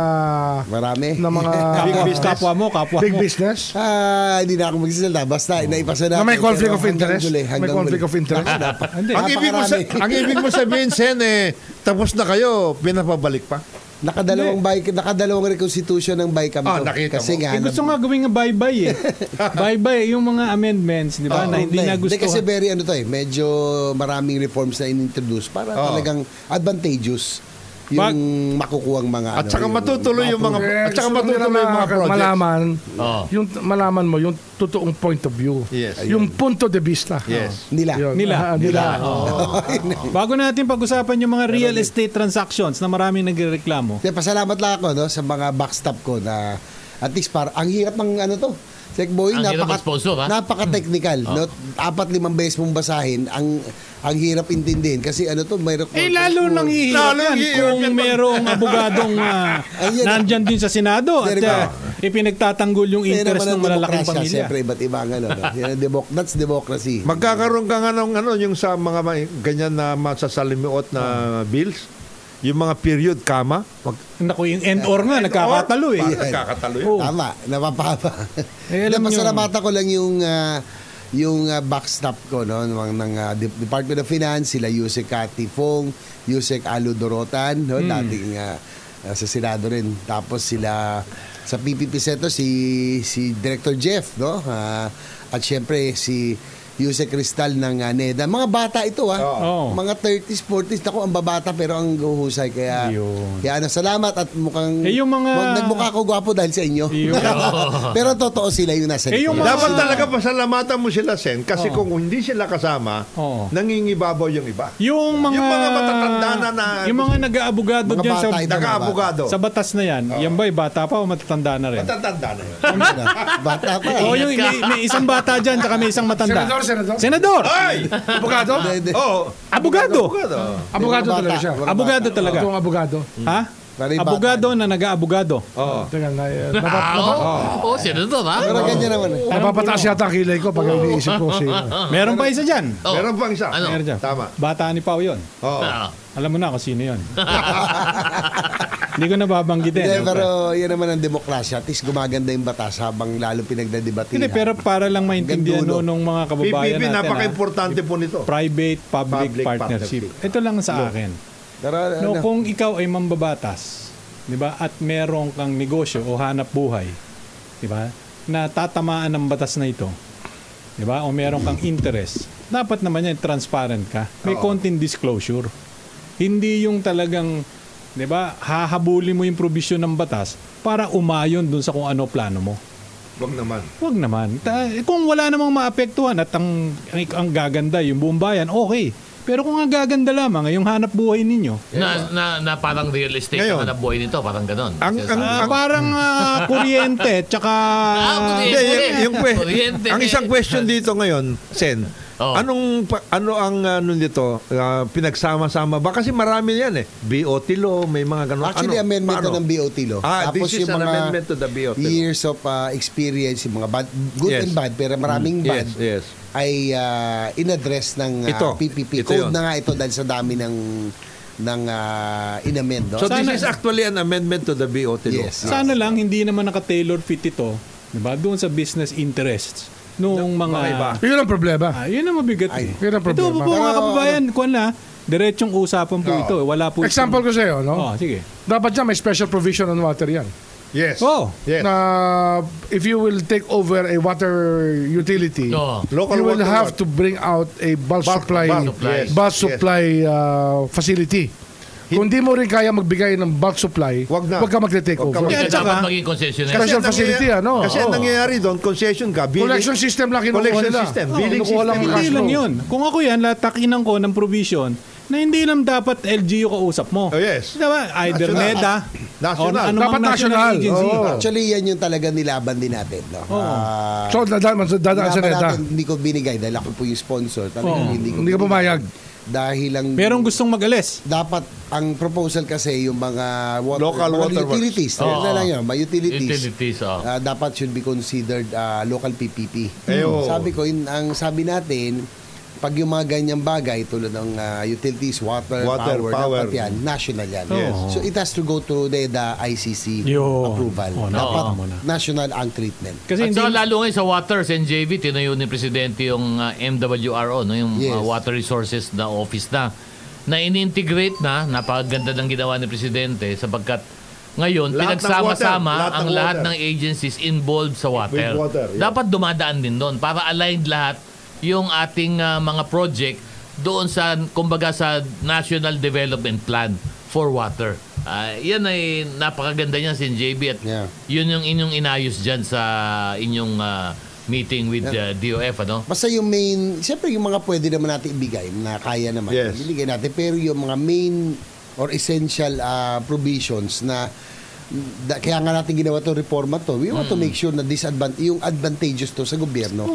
Marami.
ng mga
kapwa,
business.
kapwa mo, kapwa
big
mo.
business.
Ah, hindi na ako magsisalita.
Oh.
Basta, naipasa na.
Na may conflict of interest? May conflict of interest?
Hindi.
Ang ibig mo sa, ang ibig mo sabihin Sen eh tapos na kayo, pinapabalik pa.
Nakadalawang bike, nakadalawang reconstitution ng bike camp.
Ah,
ko.
nakita
kasi
mo.
nga,
Eh, gusto nga gawin nga bye-bye eh. bye-bye eh, yung mga amendments, di ba?
Oo,
na hindi
Ah, problema.
na gusto.
kasi very ano to eh, medyo maraming reforms na inintroduce para
Ah.
Oo.
talagang advantageous yung
Pag-
makukuhang mga ano,
At saka matutuloy yung mga
Eh,
at saka
gusto nila
matutuloy yung mga
ma-
projects.
Malaman,
Oo.
yung malaman mo yung totoong point of view.
Yes.
Yung punto de vista.
Yes.
nila.
Yun.
Nila.
Ah, nila.
Bago natin pag-usapan yung mga real estate transactions na maraming nagreklamo.
Kaya pasalamat lang ako no, sa mga backstop ko na at least para ang hirap ng ano to. Sek Boy,
Ang hirap
napaka,
mag-sponsor, ha? Ah.
napaka-technical. No? Apat limang beses mong basahin, ang ang hirap intindihin kasi ano to, mayroon
Eh lalo nang
Lalo
hihirap yan
hihirap
kung
yan pag-
merong abogadong ah,
Ayun.
nandyan din sa Senado at
Very
ah, ipinagtatanggol yung
Yan
interest
naman ang
ng malalaking
demokrasya,
pamilya.
Siyempre, iba't ibang ano. No? Yan ang democ- that's democracy.
Magkakaroon ka nga ng ano yung sa mga may- ganyan na masasalimuot na bills, yung mga period comma, mag
Naku, yung end or nga, nagkakatalo eh.
Parang nagkakatalo yun.
Oo.
Tama, napapaba.
Eh, alam
Hindi,
nyo.
pasalamatan ko lang yung ah, yung ah, backstop ko no ng, ng ah, Dep- Department of Finance, sila Yusek Cathy Fong, Yusek Alu Dorotan, no,
Hmm.
dating ah, ah, sa Senado rin. Tapos sila sa PPP Seto si si Director Jeff, no? Ah, at syempre si Yuse Cristal ng ah, NEDA. Mga bata ito ha.
Oo.
Mga 30s, 40s. Ako, ang babata pero ang guhusay. Kaya,
Yun.
kaya ano, salamat at mukhang
Eh, yung mga-
Mukhang nagmukha ako gwapo dahil sa inyo.
Yun.
pero totoo sila yung nasa
Eh, yung
likod.
mga-
Dapat talaga pasalamatan mo sila, Sen, kasi kung hindi sila kasama,
Oo.
nangingibabaw yung iba.
Yung mga...
Yung mga matatanda na na- eh,
Yung mga nag-aabogado
Mga
dyan sa,
bata ito, mga
Nag-aabogado.
sa batas na yan. Yan ba, eh, bata pa o matatanda na rin?
Matatanda na yun.
bata. bata pa.
Oo,
Ingat
Oh, yung
ka.
may, may isang bata dyan, tsaka may isang matanda.
Senador, senador.
Senador!
Ay!
Abogado?
Hindi, hindi.
Oh.
Oo.
Abogado!
Oh, Abogado.
Abogado
Mga
talaga
bata,
siya.
mga
Abogado
bata.
talaga.
Ito ang abogado.
Ha?
Pero yung bata
Abogado na nag-aabogado.
Oo.
Teka, na, eh,
Ah,
napap-
oo. Oo, senador, ha?
Pero ganyan naman eh.
napapataas yata ang kilay ko pag iniisip ko ano. siya.
Meron pa isa dyan.
Oo.
Meron pang isa.
Ano?
Meron dyan.
Tama. Oh.
Bata ni Pao yun.
Oo.
Ah.
Alam mo na kung sino yun. Hindi ko nababanggitin.
Hindi, pero yan naman ang demokrasya. At least gumaganda yung batas habang lalo pinagdadebatihan.
Hindi, pero para lang maintindihan no,
Gandulo.
nung mga kababayan
PPP,
natin. ah,
napaka-importante po nito.
private public,
Public
partnership.
partnership.
Ito lang sa akin.
Pero, ano,
No, kung ikaw ay mambabatas, 'di ba? At merong kang negosyo o hanap buhay, 'di ba? Na tatamaan ng batas na ito. 'Di ba? O meron kang interest. Dapat naman yan transparent ka. May konting disclosure. Hindi yung talagang 'di ba, hahabulin mo yung provision ng batas para umayon dun sa kung ano plano mo.
Huwag naman.
Huwag naman. Ta- eh, kung wala namang maapektuhan at ang, ang, ang gaganda yung buong bayan, okay. Pero kung ang gaganda lamang ay yung hanap buhay ninyo,
Na, na, na parang real estate
Diba? Ngayon.
na nabuhay nito, parang ganon.
Ang- ang-
Ah,
ang-
parang ah, kuryente tsaka
Ah, kuryente.
Hindi, yung, yung que-
Kuryente.
ang isang question dito ngayon, Sen,
Oo.
anong pa- ano ang ano dito ah, pinagsama-sama ba kasi marami yan eh. BOT law, may mga ganun.
Actually,
ano,
amendment
paano?
to ng BOT law.
Ah, this is an amendment to the BOT law.
years of uh, experience, yung mga bad, good
Yes.
and bad, pero maraming
Mm,
bad,
yes, yes.
ay uh, in-address ng uh,
Ito.
PPP.
Ito yun.
Code na nga ito dahil sa dami ng ng uh, in-amend. No?
So this
Sana-
is actually an amendment to the BOT law.
Yes.
sana lang hindi naman naka-tailor fit ito, 'di ba? Doon sa business interests nung mga
mga iba.
Yun ang problema.
Ah, yun ang mabigat.
Ay,
eh.
yun ang
ito po
problema.
po mga
Pero,
kababayan, kuan na, diretsong usapan po ito, eh. wala po. itong-
Example ko sa iyo, no?
Oh, sige.
Dapat dyan may special provision on water yan.
Yes.
Oh.
Yes.
Na if you will take over a water utility,
Oo.
Local
you will
water
have
law.
to bring out a bulk, supply,
bulk
supply.
Yes,
bulk
yes.
supply uh, facility. Kung di mo rin kaya magbigay ng bulk supply,
Wag na.
ka magte-take
Wag ka
over.
mag-
Kaya
At saka-
dapat maging concessionaire.
Kasi- special
ang
facility,
nangyayari-
ano?
Kasi ang
Oo.
nangyayari doon, concession ka. billing-
Collection system lang kinukuha
Collection
nila.
system,
Oo,
billing
kinukuha lang
system.
cash
Hindi Oh. lang
flow.
yun. Kung ako yan, latakinan ko ng provision na hindi lang dapat LGU kausap
Oh,
mo.
yes.
Diba? Either
National.
NEDA
National.
o anumang
Dapat
national,
national.
agency.
Oo.
Actually, yan yung talaga nilaban din natin. No? Ah,
So, dadaan sa dadaan
nilaban
sa neta.
natin, hindi ko binigay dahil ako po yung sponsor.
Oo.
Talagang hindi ko
Hindi ka
binigay.
pumayag.
Dahil ang...
Merong gustong mag-alis.
dapat ang proposal kasi yung mga water,
Local
mga
waterworks.
utilities. Yan
Oo.
na lang yun, mga utilities.
Utilities, oo.
ah, dapat should be considered ah, local PPP.
Eh, oo.
Sabi ko, yun, ang sabi natin, pag yung mga ganyang bagay tulad ng ah, utilities, water,
Water,
power,
power.
dapat yan, national yan.
Yes.
So it has to go through the, the ICC
Yun.
approval.
Oo,
dapat
nakakaawa na.
national ang treatment.
Kasi
At
hindi,
saka lalo ngayon sa water, sa NJV, tinayo ni Presidente yung uh, MWRO, no? yung
Yes.
uh, Water Resources na office na, na in-integrate na, napakaganda ng ginawa ni Presidente sapagkat ngayon,
Lahat ng
pinagsama-sama
water, lahat ng
ang lahat
water.
ng agencies involved sa water.
With water, yeah.
Dapat dumadaan din doon para aligned lahat yung ating uh, mga project doon sa, kumbaga sa National Development Plan for Water. Ah, yan ay napakaganda niya si NJB at
Yeah.
yun yung inyong inayos dyan sa inyong ah, meeting with the DOF, ano?
Basta yung main, siyempre yung mga pwede naman natin ibigay na kaya naman,
Yes.
ibigay natin. Pero yung mga main or essential ah, provisions na da- kaya nga natin ginawa to reforma to, we want to make sure na disadvantage, yung advantageous to sa gobyerno,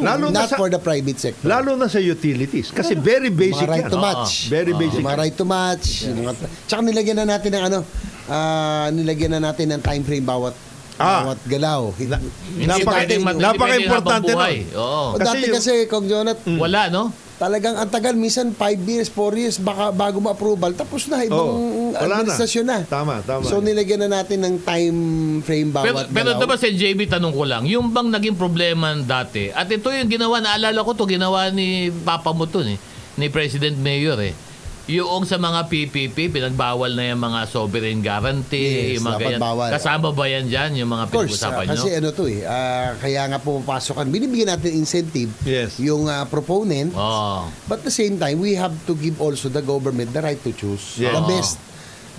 Mm. Lalo na
not
sa-
for the private sector.
Lalo na sa utilities. Kasi very
mga
basic
right
yan.
to
Oo.
match. Ah,
Very basic.
Yung mga right to match. yung Mga, tsaka nilagyan na natin ng ano, ah, nilagyan na natin ng time frame bawat
Ah.
bawat galaw.
Hindi
napaka-
pwedeng mag- hindi
napaka-importante
pwedeng habang buhay. Oo.
O,
Kasi
dati
yung- Mm.
kasi, Kong Jonat,
Wala, no?
Talagang ang tagal, minsan 5 years, 4 years, baka bago ma-approval, tapos na, ibang
Oo, wala
administrasyon na.
na. Tama, tama.
So nilagyan na natin ng time frame
Pero,
bawat
pero
galaw.
diba sa JB, tanong ko lang, yung bang naging problema dati, at ito yung ginawa, naalala ko to ginawa ni Papa mo to, eh, ni President Mayor eh, Yung sa mga PPP, pinagbawal na yung mga sovereign guarantee,
Yes,
yung mga
dapat
ganyan.
bawal.
Kasama ba yan dyan, yung mga
Of course,
pinag-usapan
ah,
nyo?
kasi ano to eh, ah, kaya nga pumapasok, ang- binibigyan natin incentive
Yes.
yung ah, proponent,
Oh.
but at the same time, we have to give also the government the right to choose
Yes.
the
Oo.
best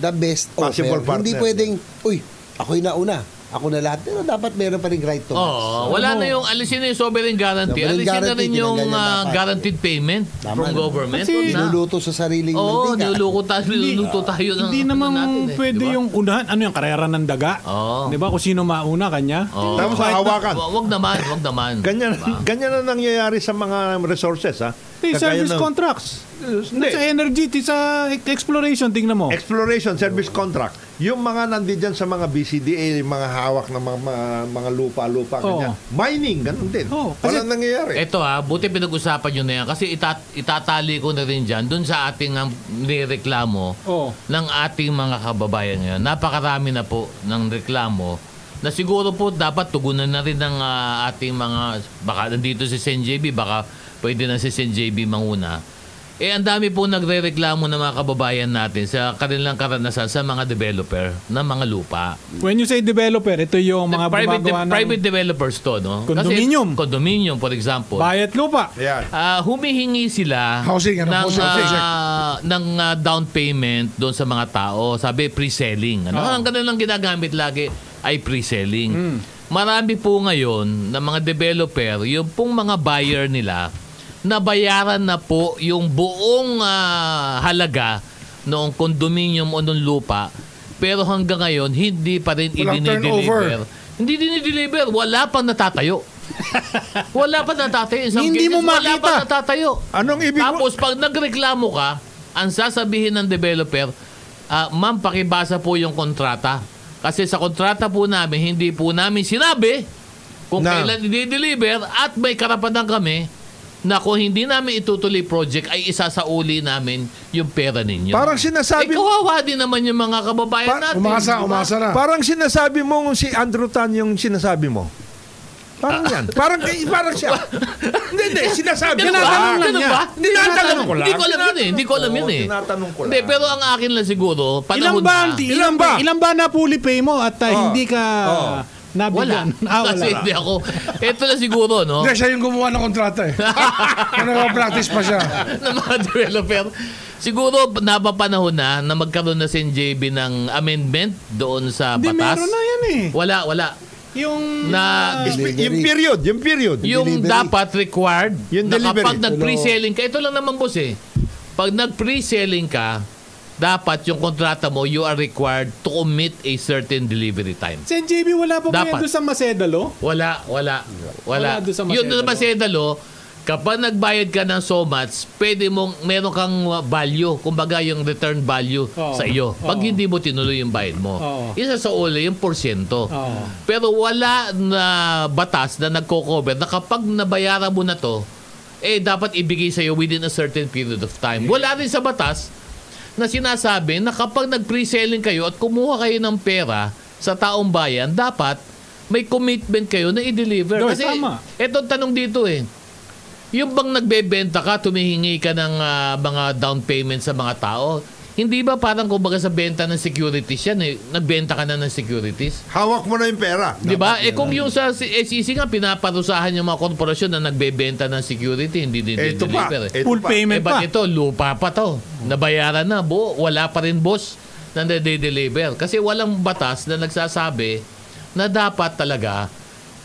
the best
Possible
offer. Hindi
partner.
pwedeng, uy, ako'y nauna, ako na lahat, pero dapat meron pa rin right to choose.
Oh, wala na yung alisin na yung sovereign guarantee.
Sovereign
alisin na
guarantee,
rin yung
tinanggal yan
ah,
dapat.
guaranteed payment
Tama
from
na.
government.
Kasi-
Huwag na.
Niluluto sa sariling
Oo,
mantika.
niluluto tayo, niluluto tayo ng
Hindi
ano
naman
natin eh,
pwede
di ba? Oh.
yung unahan. Ano yung karera ng daga?
Oo.
Di ba? Kung sino mauna, kanya.
Oo.
Tapos
Kahit na-
hawakan.
Wa- Wag naman, wag naman.
Ganyan,
Diba?
ganyan na nangyayari sa mga resources, ha?
Hey,
Kagaya
service
ng
contracts.
Hindi.
Sa energy, ti- sa exploration, tingnan mo.
Exploration, service contract. Yung mga nandiyan dyan sa mga BCDA, yung mga hawak ng mga, mga, mga lupa-lupa,
Oo.
ganyan. Mining, ganun din.
Oo, kasi-
Walang nangyayari.
Ito ha, ah, buti pinag-usapan nyo na yan kasi itat itatali ko na rin dyan dun sa ating um, nireklamo
Oo.
ng ating mga kababayan ngayon. Napakarami na po ng reklamo na siguro po dapat tugunan na rin ng ah, ating mga, baka nandito si Sen JB, baka pwede na si Sen JB manguna. Eh, ang dami po nagre-reklamo ng mga kababayan natin sa kanilang karanasan sa mga developer ng mga lupa.
When you say developer, ito yung mga
private,
gumagawa ng
private developers to, no?
Condominium.
Kasi, condominium, for example.
bayat lupa.
Ayan.
Ah, humihingi sila
Housing, ano,
ng,
housing, housing,
ah, ng ah, down payment doon sa mga tao. Sabi, pre-selling. Ano? Ang ganun lang ginagamit lagi ay pre-selling.
Hmm.
Marami po ngayon ng mga developer, yung pong mga buyer nila, nabayaran na po yung buong ah, halaga noong condominium o noong lupa pero hanggang ngayon hindi pa rin
Walang
i-deliver.
turnover.
Hindi dinideliver. Wala pang natatayo. Wala pa natatayo. In some
Hindi mo
cases, Wala
makita.
pa natatayo.
Anong ibig mo-
Tapos pag nagreklamo ka, ang sasabihin ng developer, ah, ma'am, pakibasa po yung kontrata. Kasi sa kontrata po namin, hindi po namin sinabi kung
Na.
kailan i-deliver at may karapatan kami na kung hindi namin itutuloy project ay isasauli namin yung pera ninyo.
Parang sinasabi-
Eh, kawawa din naman yung mga kababayan
Pa-
natin.
Umasa,
di ba?
umasa na.
Parang sinasabi mo si Andrew Tan yung sinasabi mo. Parang yan. Parang, parang siya. hindi, hindi. Sinasabi
Ganun
Tinatanong
ba? Ah,
lang
Ganun
niya.
ba?
Tinatanong ko lang.
Hindi ko alam yun eh. Hindi ko alam yun
Oo,
eh.
tinatanong ko lang.
Hindi, pero ang akin lang siguro,
Ilan
panahon
ba,
na.
ang- ilan ba? Ilan ba na fully pay mo at ah,
Oh.
hindi ka
Oh.
Wala.
nabigyan? Ah, wala.
Kasi hindi ako. Ito na siguro, no?
Hindi, siya yung gumawa ng kontrata eh. Kung nagpa-practice pa siya.
ng mga developer. Siguro, napapanahon na na magkaroon na si JB ng amendment doon sa
Hindi,
batas.
meron na yan eh.
Wala, wala.
Yung
Na
Yung- Yung period, yung period.
Yung
delivery.
dapat required
Yung
na
delivery.
kapag nag-pre-selling ka, ito lang naman boss eh. Pag nag-pre-selling ka, dapat yung kontrata mo, you are required to commit a certain delivery time.
Sen JB, wala pa ba yan
Dapat.
doon sa Macedalo?
Wala, wala, wala.
Wala doon sa
Yun doon sa
Macedalo.
Macedalo, kapag nagbayad ka ng so much, pwede mong, meron kang uh, value, kumbaga yung return value
Oo.
sa iyo. Pag
Oo.
hindi mo tinuloy yung bayad mo,
Oo.
isa sa uli yung porsyento.
Oo.
Pero wala na batas na nagko-cover na kapag nabayaran mo na to, eh dapat ibigay sa iyo within a certain period of time. Wala rin sa batas na sinasabi na kapag nag-pre-selling kayo at kumuha kayo ng pera sa taong bayan, dapat may commitment kayo na i-deliver.
Doy,
Kasi
tama.
eto ang tanong dito eh. Yung bang nagbebenta ka, tumihingi ka ng ah, mga down payment sa mga tao, hindi ba parang kumbaga sa benta ng securities yan eh, nagbenta ka na ng securities?
Hawak mo na yung pera.
Di ba? Eh kung yung sa si- SEC nga, pinaparusahan yung mga korporasyon na nagbebenta ng security, hindi din
Ito pa.
deliver. Eh.
Ito
Full
pa.
payment
Eh, ba't
pa.
ito, lupa pa to. Nabayaran na, buo. Wala pa rin boss na nade-deliver. Kasi walang batas na nagsasabi na dapat talaga,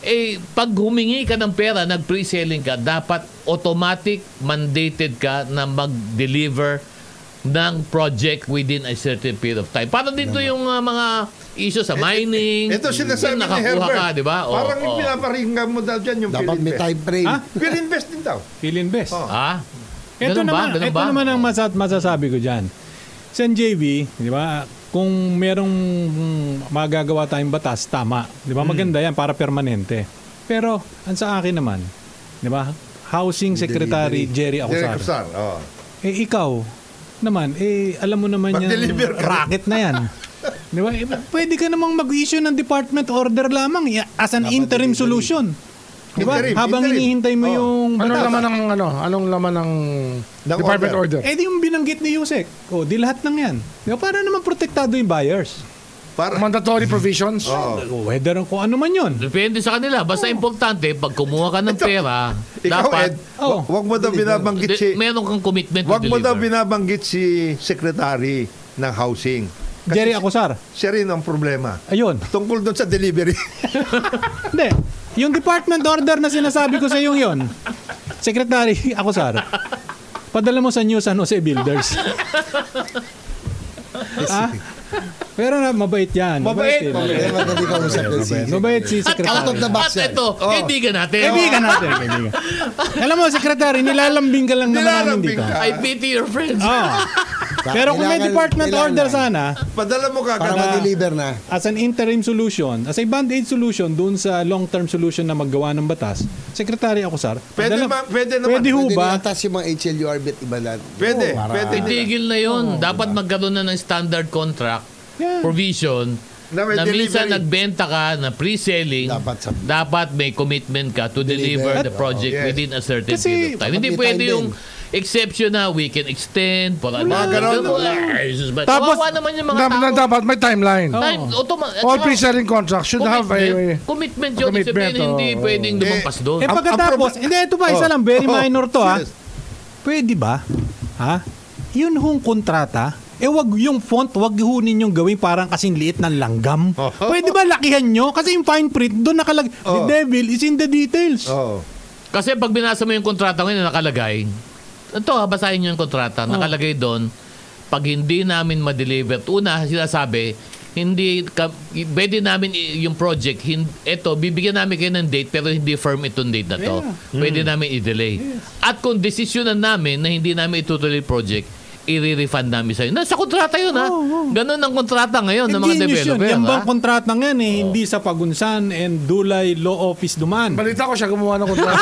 eh, pag humingi ka ng pera, nag-pre-selling ka, dapat automatic mandated ka na mag-deliver ng project within a certain period of time. Para dito yung uh, mga issue sa mining.
Eh, Ito sinasabi
yung
ni
nakakuha
Herbert.
Mm. ka, di ba? Oh, Oo,
Parang
oo.
pinaparinggan mo daw dyan yung
Dapat may
Philippines.
time frame.
Ha?
Pininvest din daw.
Pilinvest.
Oh.
Ha?
Ito
Ganun
naman,
ba? Ganun
ito
ba?
naman ang masa- masasabi ko diyan. Sa JV, di ba? Kung merong magagawa tayong batas, tama. Di
Hmm.
ba? Maganda 'yan para permanente. Pero ang sa akin naman, di ba? Housing Secretary Jerry
Direct
Acusar.
Usar. Oh.
Eh ikaw naman, eh alam mo naman yung
Mag-deliver ka.
racket na 'yan. Di ba? Eh, pwede ka namang mag-issue ng department order lamang eh, as an interim solution. Di ba?
Interim,
Habang
interim. Oh.
hinihintay mo
Oo.
yung
Anong
batas.
laman ng ano? Anong laman ng
Ng
department order?
Eh di yung binanggit ni Yusek. O, di lahat ng yan. Di ba? Para naman protektado yung buyers.
Para,
Mandatory provisions?
Oo.
Whether kung ano man yun.
Depende sa kanila. Basta importante, pag kumuha ka ng pera,
Ikaw, Ed,
dapat
Oo.
wa- wag mo daw binabanggit
di-
si...
meron kang commitment
Wag
to
mo daw
deliver.
binabanggit si Secretary ng Housing. Kasi
Jerry Acosar.
Siya rin ang problema.
Ayun.
Tungkol doon sa delivery.
Hindi. Yung department order na sinasabi ko sa iyo yun, Secretary Acosar, padala mo sa New San Jose Builders. ah? Pero na, mabait yan.
Mabait,
eh.
mabait.
Kaya madali ka usap ng
Mabait.
sisi.
Mabait si
At,
Secretary.
Out of the box
at
yan.
ito, kaibigan natin.
Kaibigan natin. Kaibigan. Alam mo, Secretary, nilalambing ka lang naman namin
Nilalambing
dito.
ka.
I pity your friends.
Ah. Pero kung may
Kailangan-
department
kailangan
order
lang.
sana,
Padala mo
Para
kagad.
ma-deliver na.
as an interim solution, as a band-aid solution dun sa long-term solution na maggawa ng batas, Secretary Acosar,
Pwede
padala-
ma- pwede naman.
Pwede ho
Pwede
ba?
nilatas yung mga HLUR bit iba lahat.
Pwede,
Oo, para-
pwede.
Itigil na yon. Dapat magkaroon na ng standard contract
Yeah.
provision
Na
na,
may delivery.
minsan nagbenta ka na pre-selling,
Dapat sa-
dapat may commitment ka to
Deliver.
deliver, the project
Yes.
within a certain
Kasi-
period of time. Hindi
Dapat may
pwede
time
yung exception na we can extend. Para
Mga ganon.
Tapos-
Tapos, Kawawa naman yung mga
Dapat,
tao. Oh,
dapat may timeline.
Time, automa-
All
Saka,
pre-selling contracts
Oh,
should have a...
commitment, commitment yun. Ibig
commitment,
sabihin, hindi
oo.
pwedeng lumampas doon.
Eh
Ang- ang
pagkatapos,
proba-
hindi, ito pa, isa
Oh.
lang, very
Oh.
minor to ha.
Yes.
Pwede ba? Ha? Yun hong kontrata, eh wag yung font, wag ho ninyong gawin parang kasing liit ng langgam.
Oh.
Pwede ba lakihan nyo? Kasi yung fine print, doon nakalag, the
Oh.
devil is in the details.
Oo.
Kasi pag binasa mo yung kontrata ngayon na nakalagay, ito ha, basahin nyo yung kontrata, nakalagay doon, pag hindi namin ma-deliver, una, sinasabi, hindi, ka, pwede namin i- yung project, hin, eto, bibigyan namin kayo ng date, pero hindi firm itong date na to. Pwede namin i-delay. At kung desisyonan namin na hindi namin itutuloy yung project, i-refund namin sa'yo. Nasa kontrata yun, ha? Ganun ang kontrata ngayon ng mga
Ingenious yun.
developer,
Yan
ha?
bang kontrata nga eh, hindi sa Pagunsan and Dulay Law Office duman.
Balita ko siya gumawa ng contract.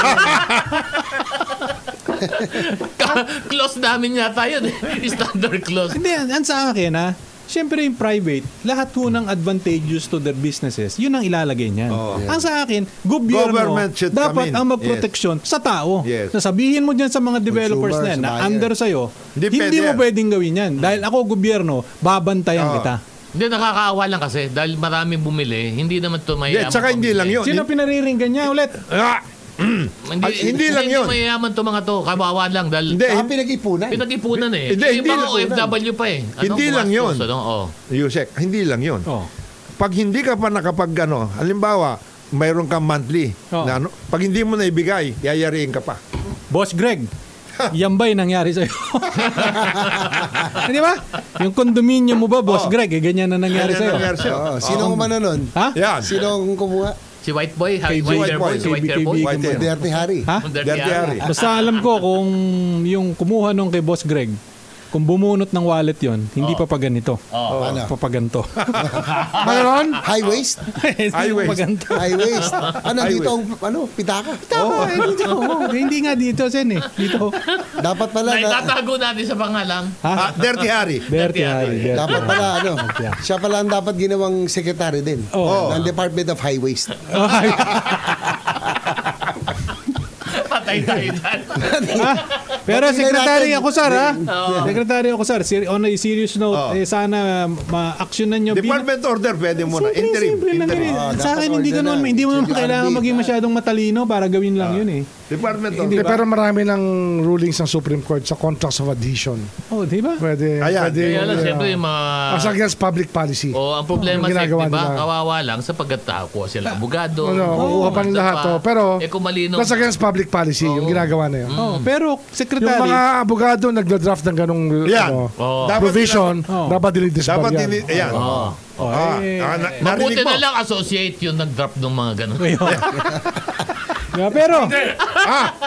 close namin yata yun. eh. Standard close.
Hindi, yan yan sa akin ha. Siyempre yung private, lahat po ng advantages to their businesses, yun ang ilalagay niyan.
Oo.
Ang sa akin, gobyerno,
Government should come in.
dapat ang magproteksyon sa tao.
Yes.
Nasabihin mo dyan sa mga developers na yan,
Consumer, sa
na
buyer.
under sa'yo,
Hindi
hindi
pwede
mo
yan.
pwedeng gawin yan. Dahil ako, gobyerno, babantayan
Oo.
kita.
Hindi, nakakaawa lang kasi dahil maraming bumili, hindi naman ito
Yeah,
mayayaman.
tsaka hindi
pamili.
lang yun.
Sino pinariringgan niya ulit?
Ah,
Hindi,
At hindi lang yun.
Hindi mayayaman to mga to. Kawawa lang dahil
Hindi,
Ah, pinag-ipunan.
pinag-ipunan eh.
Hindi,
Yung
hindi
mga
lang yun.
OFW pa eh. Ano,
Hindi lang
gumastos,
yun.
Ano? Oh.
Yusek, hindi lang yun.
Oh.
Pag hindi ka pa nakapag ano, halimbawa, mayroon kang monthly.
Oo.
Na, ano, pag hindi mo na ibigay, yayariin ka pa.
Boss Greg, yan ba'y nangyari sa'yo? Hindi ba? Yung condominium mo ba,
Oo.
Boss Greg, eh, ganyan na
Oh. Ganyan
nangyari sa'yo.
nangyari sa'yo.
Oo, Oh, sino ang umano nun?
Ha?
Yan.
Sino ang kumuha?
Si White Boy, ha?
Kay
White,
White
Hair
Boy,
Boy, si White Hair
KBKB.
Boy.
White hair.
Moderte Hari.
Ha?
Ang dirty
Dirty
hari.
Harry.
Basta alam ko kung yung kumuha nung kay Boss Greg, kung bumunot ng wallet yon hindi
Oh.
pa pa ganito. Oh,
Oo.
Ano?
Pa pa ganito.
Mayroon?
High waist?
Hindi
Ay, Oh.
pa
wait.
pa ganito.
High waist. Ano
High
dito
waist.
ang ano, pitaka?
Tama, eh, dito. Oo, hindi nga dito, Sen eh. Dito.
Dapat pala
Ay,
na,
tatago natin sa pangalan.
Ah,
Ha?
dirty Harry.
Dirty Harry. dirty.
dapat pala ano, siya pala ang dapat ginawang secretary din
Oo.
ng Department of High Waist.
Ay,
Patay tayo dyan.
ha? Pero
Ba't hindi
secretary
natin-
ako, sir, ha?
Oo.
Secretary ako, sir. Ser- on a serious note,
Oo.
eh, sana ma-actionan nyo. bilang-
Department order, pwede mo na.
Simple,
Interim.
simple lang yun. eh.
interim.
Ah,
Sa
dapat
akin, hindi ko
order
naman,
na.
hindi mo naman
Check
kailangan
your
maging
RB.
masyadong matalino para gawin lang yun eh.
Department
Hindi,
order.
pero marami ng ruling ng Supreme Court sa contracts of adhesion.
Oh, di ba?
Pwede,
Ayan.
pwede.
Kaya
Kaya lang,
yun,
siyempre, Oh.
ah.
yung mga...
As against public policy.
O, ang problema
Yung
sa
ginagawa
diba?
nila.
Kawawa lang sapagkat ako sila abogado.
Ano, kukuha pa ng
ano
lahat.
pa.
oh. Pero,
eh, kung malino.
that's against public policy, yung ginagawa na yun.
Oh, pero
Yung
secretary,
mga abogado nagda-draft ng ganong
Yan.
ano,
Oo.
Dapat
provision,
sila- Oo.
dapat dilitis pa
Dapat
yan.
ini, ayan.
Oo.
Oh,
Ah,
eh.
ah, na-
Mabuti
narinig mo.
na lang associate yung nag-drop ng mga ganun.
Yeah, pero,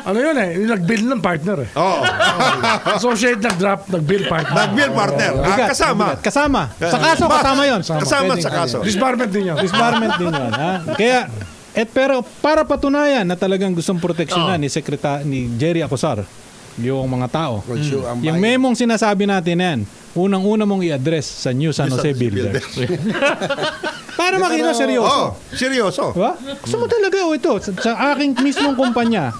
Ano yun eh, yung nag-build ng partner eh.
Oo.
Associate nag-draft, nag-build partner.
Nag-bill partner. Ah,
bigat,
kasama. Eh,
bigat. Kasama. Sa kaso, kasama yun.
Kasama sa kaso.
Disbarment din yan.
Disbarment din yun. Ha? Kaya, et pero para patunayan na talagang gustong proteksyonan
Oo.
ni Sekretary ni Jerry Acosar yung mga tao.
Consumer ang
Yung
bayan.
memong sinasabi natin na yan, unang-una mong i-address sa New San Jose Builder. Para makita seryoso.
Oh, seryoso.
Diba? Gusto mo talaga, oh, ito, sa, sa aking mismong kumpanya.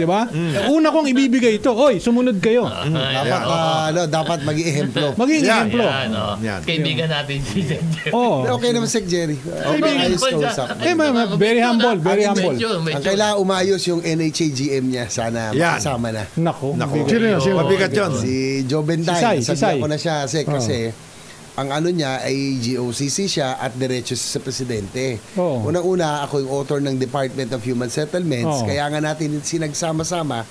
Diba? Una kong ibibigay ito, oy, sumunod kayo.
Dapat, ah, ano, dapat maging ehemplo.
Maging
Yan,
eksemplo.
Yan, oh.
Yan.
Kaibigan natin si Jeff.
Oo.
Okay naman, Sec Jerry. Ayos ka usap.
Eh, ma'am, ma'am, very humble, very humble.
Ang kailangan umayos yung NHA GM niya. Sana
Yan.
makasama na.
Nako.
Naku.
Sino yun? Sino?
Mabigat yun.
Si Joe Bentay.
Si Sai, si Sai.
Sabi ko na siya, Sec, kasi ang ano niya ay GOCC siya at diretso siya sa presidente.
Oo.
Unang-una, ako yung author ng Department of Human
Oo.
Settlements. Kaya nga natin sinagsama-sama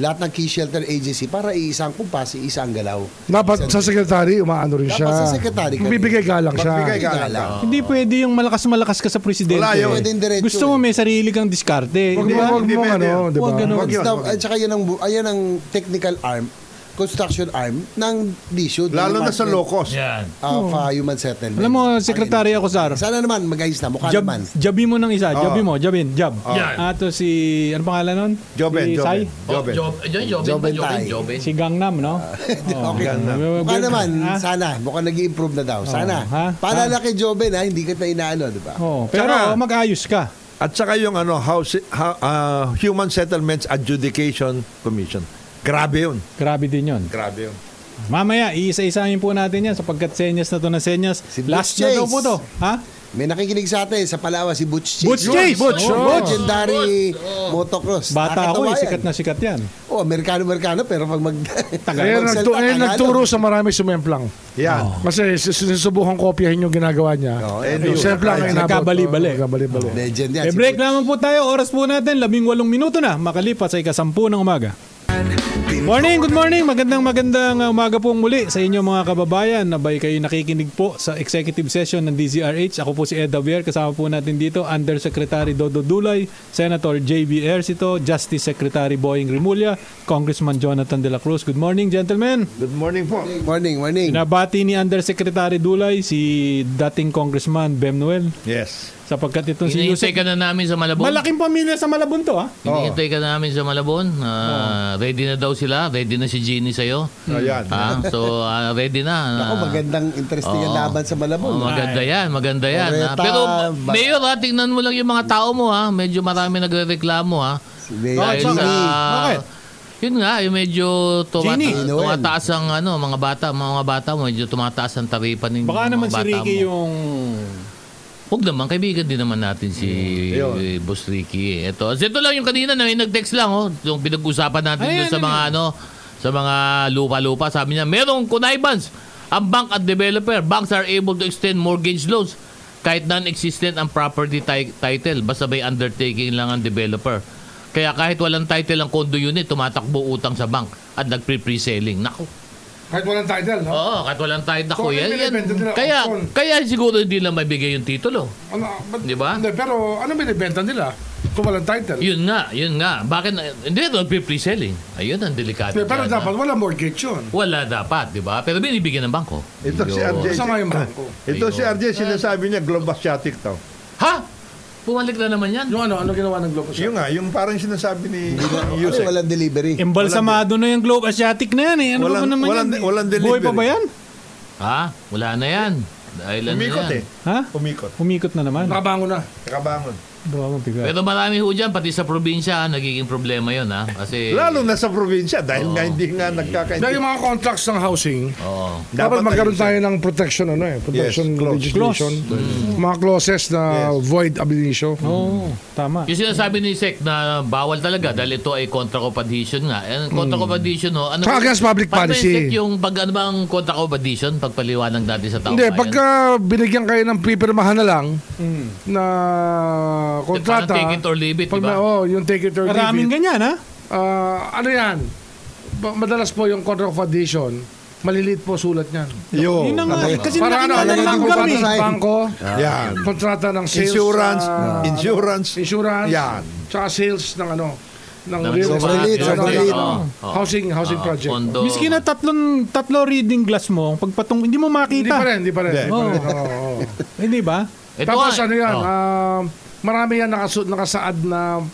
lahat ng key shelter agency para iisang kumpas, iisang galaw.
Dapat sa secretary, umaano rin siya.
Dapat sa secretary ka rin.
Bibigay galang siya.
Magbigay ka lang.
Galaw.
Hindi pwede yung malakas-malakas ka sa presidente.
Wala yun.
Pwede yung diretso eh.
Gusto mo may sarili kang diskarte. Di
Huwag mo,
ba?
huwag
Hindi
mo,
pwede
ano,
yun.
di ba?
Huwag ganun.
Wag yun,
Basta,
wag yun.
at saka yan ang, bu- ayan ang technical arm, construction arm ng DSUD.
Lalo na sa locos.
Yan.
Of uh, human settlement.
Oh. Alam mo, sekretary ako, sir.
Sana naman, mag-ayos na. Mukha
Jab,
naman.
jabi mo ng isa. Jabi mo, jabin, jab.
Yan.
Ato si, ano pangalan nun?
Joben,
si
Joben.
Sai?
Oh,
Joben.
Job, Job, Job,
Joben
Job,
tayo.
Si Gangnam, no? Oh,
okay.
Ganda.
Mukha naman,
Ah?
sana. Mukha nag improve na daw. Sana.
Oh, ha?
Para laki Joben, ha? Hindi ka na inaano, di ba?
Oo, pero
Tsaka-
oh, mag-ayos ka.
At saka yung ano, House, ha- ah, Human Settlements Adjudication Commission. Grabe yun.
Grabe din yun.
Grabe yun.
Mamaya, iisa-isahin po natin yan sapagkat senyas na to na senyas.
Si Butch
Last na daw
Chase.
po to. Ha?
May nakikinig sa atin sa Palawa, si Butch Chase.
Butch Chase!
Butch,
Oh,
oh.
legendary motocross.
Bata ako
Nakakatawa
eh,
yan.
sikat na sikat yan.
Oh, Amerikano-Amerikano, pero pag mag...
Eh,
Ngayon,
magsalita,
nagtu- ngayon
Tagalog.
nagturo sa marami sumemplang.
Yan.
Kasi sinusubukan kopyahin yung ginagawa niya.
Oh,
Eh,
and you.
yung semplang ay nabot.
Nagkabali-bali.
Oh, nagkabali-bali.
Legend yan.
May Eh,
si
break lamang po tayo. Oras po natin, labing walong minuto na. Makalipas ay kasampu ng umaga. Morning, good morning. Magandang magandang uh, umaga pong muli sa inyo mga kababayan. Nabay kayo nakikinig po sa executive session ng DZRH. Ako po si Ed Davier. Kasama po natin dito Undersecretary Dodo Dulay, Senator JB Ercito, Justice Secretary Boying Rimulya, Congressman Jonathan De La Cruz. Good morning, gentlemen.
Good morning po.
Morning, morning.
Nabati ni Undersecretary Dulay si dating Congressman Bem Noel
Yes.
sapagkat itong si
Hinihintay
Yusek.
ka na namin sa Malabon.
Malaking pamilya sa Malabon to, ah. ha?
Hinihintay ka na namin sa Malabon. Ah, Ready na daw sila. Ready na si Jeannie sa'yo.
Ayan.
Ah, so, ah, ready na.
Ako,
Ah,
magandang interesting ang
Oo.
laban sa Malabon. ah.
Oh, maganda yan, maganda yan. ha?
Loretta,
Pero,
ba-
Mayor, ha, tingnan mo lang yung mga tao mo, ha. Medyo marami nagre-reklamo, ha.
Si Mayor
Dahil
Jeannie.
sa...
Bakit?
Yun nga, yung medyo tumat-
Jeannie.
tumataas ang ano, mga bata, mga bata mo, medyo tumataas ang taripan ng
Baka
mga
naman si
bata
Ricky
mo.
yung...
Huwag naman, kaibigan din naman natin si
Mm.
eh, Boss Ricky. eh. Ito, ito lang yung kanina, na nag-text lang, oh, yung pinag-usapan natin
Ayan,
doon sa
ayan,
mga ano, sa mga lupa-lupa. Sabi niya, merong connivance. Ang bank at developer, banks are able to extend mortgage loans kahit non-existent ang property ti- title. Basta may undertaking lang ang developer. Kaya kahit walang title ang condo unit, tumatakbo utang sa bank at nagpre-pre-selling. Naku.
Kahit walang title, no?
Oo, kahit walang title. Naku,
So,
yan, yan.
binibenta nila
Kaya,
option.
kaya siguro hindi lang mabigay yung titulo.
Ano, ba't-
Di ba?
Hindi, pero ano binibenta nila? Kung walang title.
Yun nga, yun nga. Bakit, na- hindi, nagpe-pre-selling. Ayun ang delikado.
Pero, pero
dyan,
dapat
ha?
walang mortgage yun.
Wala dapat, di ba? Pero binibigyan ng bangko.
Ito si RJ.
Yun.
Kasama yung bangko.
Ito si RJ, sinasabi niya, globasyatic daw.
Ha? Bumalik na naman yan.
Yung ano, ano ginawa ng Globo
Yung nga, yung parang sinasabi ni
Kasi
Yusek.
walang delivery.
Embalsamado na yung Globe Asiatic na yan eh. Ano
Walang-
ba naman
walang-
yan?
walang
Buhay
delivery.
pa ba yan?
Ha? Wala na yan. Dahil ano
Umikot
yan.
eh.
Ha?
Umikot.
Umikot na naman.
Nakabango na.
Kakabangon.
Bawa mo bigat.
Pero marami ho dyan, pati sa probinsya, ha, nagiging problema yun, ha? Kasi...
Lalo na sa probinsya dahil nga hindi nga
Dahil yung
nagkakaintindi.
mga contracts ng housing,
Oo.
dapat, magkaroon
ayusin.
tayo ng protection, ano eh, protection
Yes, clause.
legislation. Mm. Mga clauses na void ab
Oh,
initio.
Oo, tama.
Yung sinasabi ni Sec na bawal talaga dahil ito ay contra of adhesion nga. And contra of adhesion, ho, ano...
Saka against Hmm. public
Paano ba yung
policy.
Sec, yung pag ano bang contra of adhesion, pagpaliwanag natin sa tao.
Hindi, pagka binigyan kayo ng pipirmahan na lang na kontrata,
Mm. Parang take it or leave it, di
pag
ba?
na- oh, yung take it or
Maraming
leave it,
ganyan ha?
ah, ano yan, Ba- madalas po yung contract of addition, maliliit po sulat niyan.
Yo.
Yun na nga. eh, Kasi
Para
nakita
ano, ano
na
yung
lang
yung
kontrata
kami.
sa
eh.
bangko,
Yan. uh,
kontrata ng sales,
Insurance.
ah,
Insurance.
insurance,
Yan.
tsaka sales ng ano, ng
Ng
real
sobrang liit,
estate, ano,
sobrang liit.
ano,
Oo.
housing,
ah,
housing project.
Condo.
Miskin na tatlong, tatlo reading glass mo, pagpatong, hindi mo
Hindi
makita.
pa rin, hindi pa rin.
Hindi.
hindi pa rin, oo, oo.
Hindi ba?
Ito
Tapos
nga,
ano yan,
oh.
um, marami yan nakasu- nakasaad na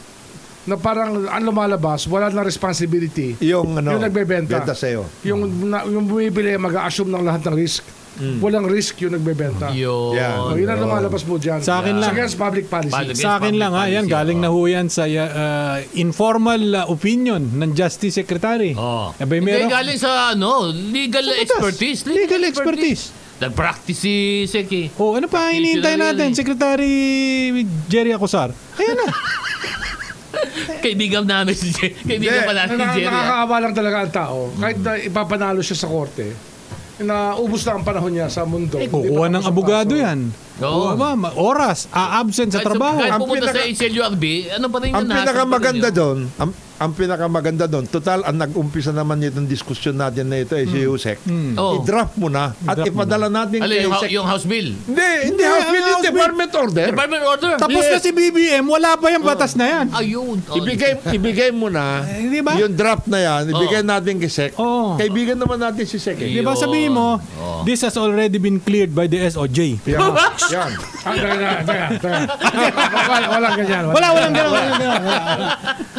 na parang ang lumalabas, wala na responsibility.
Yung ano.
Yung nagbebenta.
Benta sa'yo.
Yung, na, yung bumibili, mag-assume ng lahat ng risk.
Hmm.
Walang risk yung nagbebenta.
Yun.
Yeah.
Oh, yun ang lumalabas mo dyan.
Sa akin lang.
against public policy.
Public-
Sa akin
public
lang ha, yan,
policy,
galing
oo.
na ho yan sa uh, informal uh, opinion ng Justice Secretary.
Oh.
Abay,
Hindi,
meron-
galing sa ano, legal
Sa batas.
expertise.
Legal expertise.
Nag-practice si Seki.
Oh, ano pa ang hinihintay
Sila yan
natin,
eh.
Secretary Jerry Acosar? Ayan na.
Kaibigan namin si Jerry. Kaibigan
Hindi,
pa natin si
na-
Jerry. ah.
Nakakaawa lang talaga ang tao.
Hmm.
Kahit na ipapanalo siya sa korte, na ubus na ang panahon niya sa mundo.
Eh, Kukuha ng abogado yan. Oo.
Oo.
ba? Ma- Oras. A-absent sa
Kahit
trabaho.
Kahit
Ang
pumunta sa
pinaka-
HLURB, ano pa rin
Ang
yun? hassle pa rin
pinakamaganda
yun.
doon, ang, ang pinakamaganda doon, total, ang nag-umpisa naman itong diskusyon natin na ito ay si Yusek.
Hmm. Oo.
I-draft mo na at
I-draft mo
ipadala natin
Alin,
kay
yung,
Yusek.
hou- yung house bill.
Hindi, hindi, House Bill,
Hindi, ang
yung
House Bill.
Department Order.
Department order.
Tapos na si BBM, wala pa yung batas na yan.
Ayun. Oh.
Ibigay, ibigay mo na
Eh, di ba?
yung draft na yan, ibigay natin kay Sek.
Oo.
Kaibigan naman natin si Sek. eh.
Di ba sabihin mo,
Oo.
this has already been cleared by the SOJ.
Yan. yan.
Ah, teka, teka, teka, teka. Wala, walang ganyan.
Wala, walang ganun. walang ganun, Wala.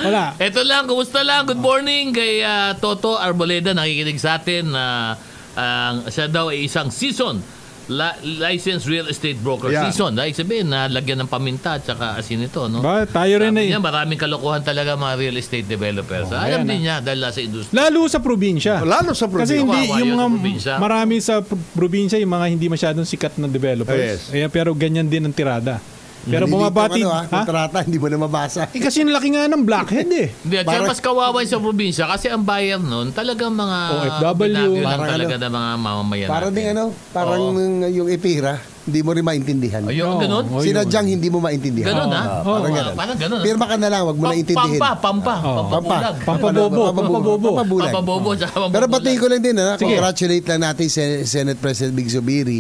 Wala.
Ito lang, kumusta lang? Good morning kay ah, Toto Arboleda, nakikinig sa atin na ang siya daw ay isang season la- licensed real estate broker
Yeah.
season. Like sabihin na lagyan ng paminta at saka asin ito, no?
Ba, tayo rin
Sabi
eh.
niya, maraming kalokohan talaga mga real estate developers.
Oh,
Ah,
ayan
Alam
ah.
din niya dahil nasa industry.
Lalo sa probinsya.
Lalo sa probinsya.
Kasi hindi
Kawawa
yung
yun sa
mga
probinsya.
marami sa pr- probinsya yung mga hindi masyadong sikat na developers.
Yes.
Ayan, pero ganyan din ang tirada. Pero
Hindi
bumabati,
ah,
dito, ano, ha?
ha?
Kontrata, hindi mo na mabasa.
Eh, kasi yung laki nga ng blackhead eh.
Hindi, at saka mas kawawa yung sa probinsya kasi ang buyer nun talagang mga
OFW.
binagyo lang
Parang
talaga
ano,
ng mga mamamayan
Parang
natin.
ding ano, parang
Oo.
nung, uh, yung ipira, hindi mo rin maintindihan.
Ayun,
Oo,
ganun?
oo, yun.
Sinadyang hindi mo maintindihan.
Ganun, ha?
Ah, Oh, parang
Oo,
ganun.
parang ganun.
Pirma ka na lang, wag mo Oh, na intindihin.
Pampa, pampa,
Oo.
pampabulag.
Pampabobo, pampabobo.
Pampabulag.
Pampabobo, tsaka pampabulag.
Ah. Pero batiin ko lang din, ha?
Sige.
congratulate lang natin si Senate President Big Zubiri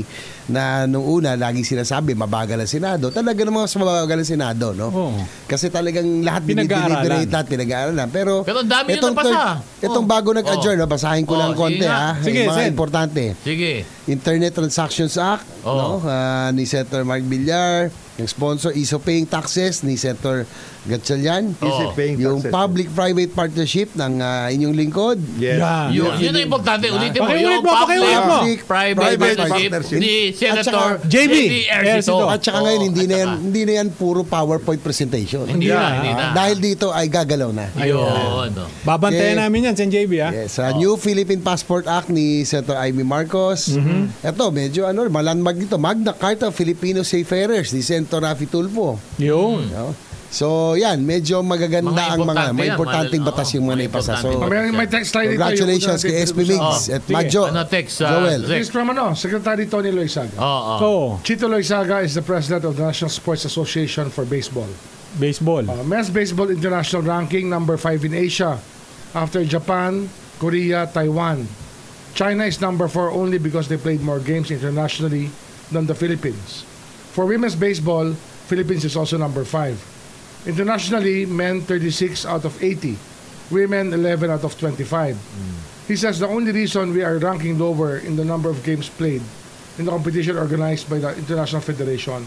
na nung una, lagi sinasabi, mabagal ang Senado. Talaga namang mas mabagal ang Senado, no?
Oo.
Kasi talagang lahat
Pinag-aaralan.
dinideliberate natin, pinag-aaralan. Pero,
Pero ang dami na
itong
napasa.
third- Itong
Oo.
bago nag-adjourn,
Oo.
no? basahin ko lang
Oo, sige
konti,
nga.
ha?
Sige,
Yung mga
Sen.
importante.
Sige.
Internet Transactions Act
Oo.
no Ah, ni Senator Mark Villar yung sponsor ease of paying taxes ni Senator Gatchalian
Easy
Oo.
paying
yung
taxes.
public private partnership ng ah, inyong lingkod
Yes.
Ah.
Yan.
Yun, yun ang importante. Ulitin mo.
Pakiulit
Yung
mo, pakiulit
mo.
public Private
Ah. Private
partnership
partnership.
ni Senator
At
saka- JB Ercito.
at saka ngayon hindi na yan hindi na yan puro PowerPoint presentation
Oh, Hindi na,
Yeah.
hindi na.
Ah, dahil dito ay gagalaw na
Ayun. oh.
Babantayan
Eh,
namin yan, Sen JB
ah.
ha.
Yes, sa New Philippine Passport Act ni Senator Amy Marcos.
Mm-hmm.
Ito, medyo ano, malanmag dito. Magna Carta of Filipino Seafarers ni Senator Rafi Tulfo.
Yun.
No? So, yan, medyo magaganda
Mga
ang mga,
importante
may
yan,
importanting
mga-
batas yung
oo,
mga
mga
naipasa. So,
importante
May, may text line dito, yung-
congratulations kay SB Migs at
Sige.
Madjo.
Ano text? ah,
Joel.
Zek?
This is from ano, Secretary Tony
Oh.
Loizaga.
Oo.
Ah.
oo.
So,
Chito Loizaga is the president of the National Sports Association for Baseball.
baseball.
Ah.
Uh, men's Baseball International Ranking number 5 in Asia after Japan, Korea, Taiwan. China is number 4 only because they played more games internationally than the Philippines. For women's baseball, Philippines is also number 5. Internationally, men 36 out of 80, women 11 out of 25. He says the only reason we are ranking lower in the number of games played in the competition organized by the International Federation.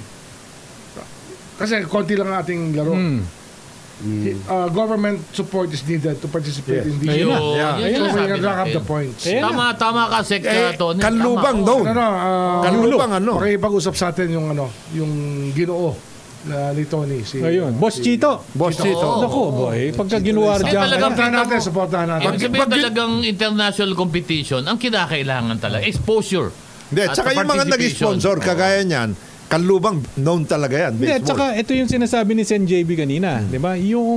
Kasi konti lang ang ating laro.
Hmm.
Uh, government support is needed to participate in these.
Ayun na.
Yun,
Yeah.
yun
So,
yung
we
sabi
can rack up
natin.
the points.
Ayun
Tama, tama ka, Sek
Eh,
ah, Tony. Tama.
kanlubang doon.
Ano, uh,
Kanlubang ano.
Makipag-usap sa atin yung ano, yung ginoo na ni Tony. Si,
Ayun. Boss Chito.
Boss Chito.
Naku, boy. Pagka ginuwar
Eh,
dyan.
talagang
Supportahan
kita
natin,
mo-
supportahan natin.
Ibig sabihin
Bakit-
talagang international competition, ang kinakailangan talaga, exposure.
Hindi,
At
tsaka yung mga
participation.
nag-sponsor,
Oo.
kagaya niyan, kanlubang known talaga yan.
Hindi,
Baseball. Hmm.
at saka ito yung sinasabi ni Sen JB kanina, 'di ba? Yung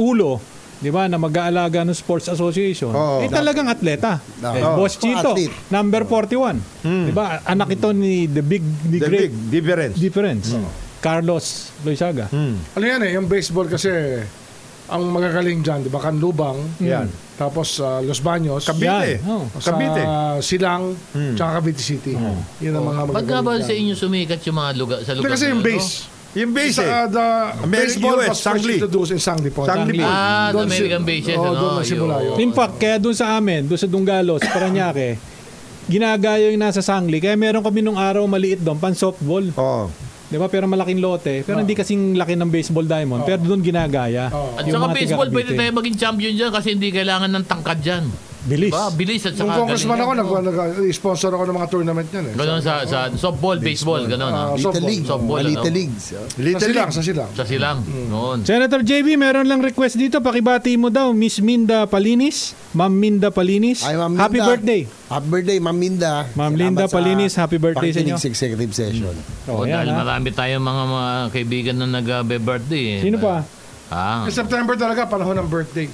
ulo, 'di ba, na mag-aalaga ng sports association.
Oo.
eh talagang atleta.
Oo.
Eh, Boss
Oo.
Chito,
Athlete.
number 41. 'Di ba? Anak ito ni the big
Hmm.
the,
The
great
big Hmm. difference. Hmm.
difference. Carlos Loizaga.
Ano yan eh, yung baseball kasi ang magagaling dyan, di ba? Kanlubang.
Hmm. Yan.
Tapos ah, Los Baños.
Cavite.
Yan, oh.
sa
Cavite. Hmm.
Silang, tsaka Cavite City. Yun ang mga
Ba't nga
magagaling
ba sa
dyan.
inyo sumikat yung mga lugar, sa
Hindi
lugar
kasi
na
yung
yun,
base.
Yung base eh.
Sa, ah, the
Ameri-
baseball
US,
was first
Sangli.
introduced in Sangli po.
Sangli.
no? Ah, the
Doon si-
American bases.
Oo,
ano,
doon nagsimula yun.
In fact, kaya doon sa amin, doon sa Dungalos, Paranaque, ginagaya yung nasa Sangli. Kaya meron kami nung araw maliit doon, pan softball.
Oo.
Di ba? Pero malaking lote. Pero hindi kasing laki ng baseball diamond. Pero doon ginagaya.
Oo.
At
Yung
saka
mga
baseball,
taga
pwede
Cavite.
tayo maging champion dyan kasi hindi kailangan ng tangkad dyan.
Bilis.
Ba, bilis at saka
Nung congressman
galing
ako,
yan.
nag- nag-sponsor ako ng mga tournament niyan eh.
Ganun sa, sa softball, baseball, ganun.
Ah,
ah.
so-
Little
softball.
League.
Softball,
Mga
ano?
Little Leagues. oh.
Sa silang, sa silang.
Sa silang, noon.
Senator JB, meron lang request dito. Pakibati mo daw, Miss Minda Palinis. Ma'am Minda Palinis.
Ay, Ma'am
Happy
Minda.
birthday.
Happy birthday, Ma'am Minda.
Ma'am
Salamat
Linda
sa
Palinis, happy birthday sa inyo.
pakikinig executive session.
Oh,
yan,
dahil
ha?
marami tayong mga, mga kaibigan na nag-birthday. Eh.
Sino pa?
Ah,
Eh, September talaga, panahon ng birthday.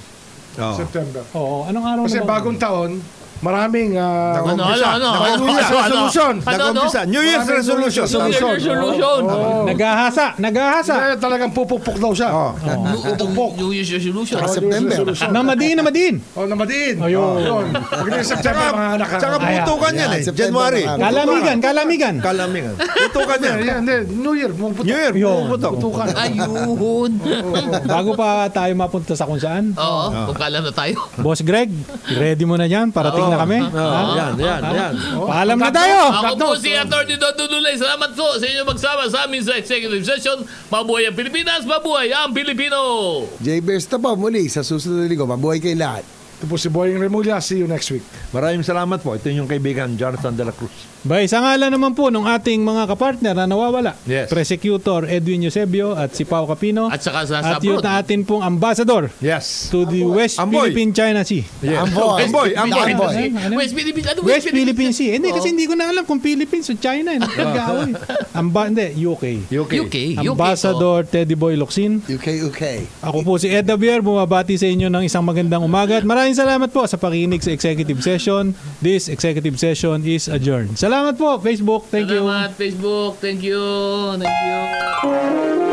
September.
Oo, anong araw
Kasi
na Ano ba?
bagong taon, maraming ah,
ano, ano, ano, ano,
New Year's
ano, ano?
resolution.
Ano, ano?
Nag-umpisa. New Year's
Maraming
resolution.
New
New
Year's
Year's resolution.
Oh. Nagahasa, nagahasa.
Eh, talagang pupukpok daw siya. Oh. Pupukpok.
New Year's resolution.
Sa September.
Namadin, namadin.
Oh, namadiin. Ayun. Pag na September,
Tsaka,
mga anak ka.
tsaka putukan yan eh.
Ayan, September
January.
na nga.
Kalamigan, kalamigan.
Kalamigan. Putukan yan.
Yan, yan, yan. New Year, mong putok.
New Year, puputok.
Ayun.
Bago pa tayo mapunta sa kung saan.
Oo, kung kaalam na tayo.
Boss Greg, ready mo na yan. Parating na kami.
Oh, yan, yan, yan.
Paalam na tayo.
Ako po si Atty. Don Dudulay. Salamat po sa inyo magsama sa amin sa executive session. Mabuhay ang Pilipinas, mabuhay ang Pilipino!
Jay Besta pa muli sa susunod na linggo. Mabuhay kayo lahat.
Ito po si Boying Remulla. See you next week.
Maraming salamat po. Ito yung kaibigan, Jonathan de la Cruz.
Bay, sa ngalan naman po ng ating mga kapartner na nawawala.
Yes.
Prosecutor Edwin Eusebio at si Pao Capino.
At saka sa- sa
At yun
abroad.
atin pong ambassador
Yes.
to the West
Amboy.
Philippine China Sea.
yes.
Amboy.
Amboy, Amboy.
Amboy.
Ano, ano?
West Philippines, ano
West Philippine Sea. Hindi, kasi hindi ko na alam kung Philippines o China. eh. Nagkagawa eh. Amba, hindi, UK.
UK.
UK. UK.
Ambassador Teddy Boy Locsin.
UK, UK.
Ako po si Ed Davier, bumabati sa inyo ng isang magandang umaga at maraming salamat po sa pakinig sa executive session. This executive session is adjourned. Salamat po, Facebook. Thank you.
Salamat, Facebook. Thank you. Thank you.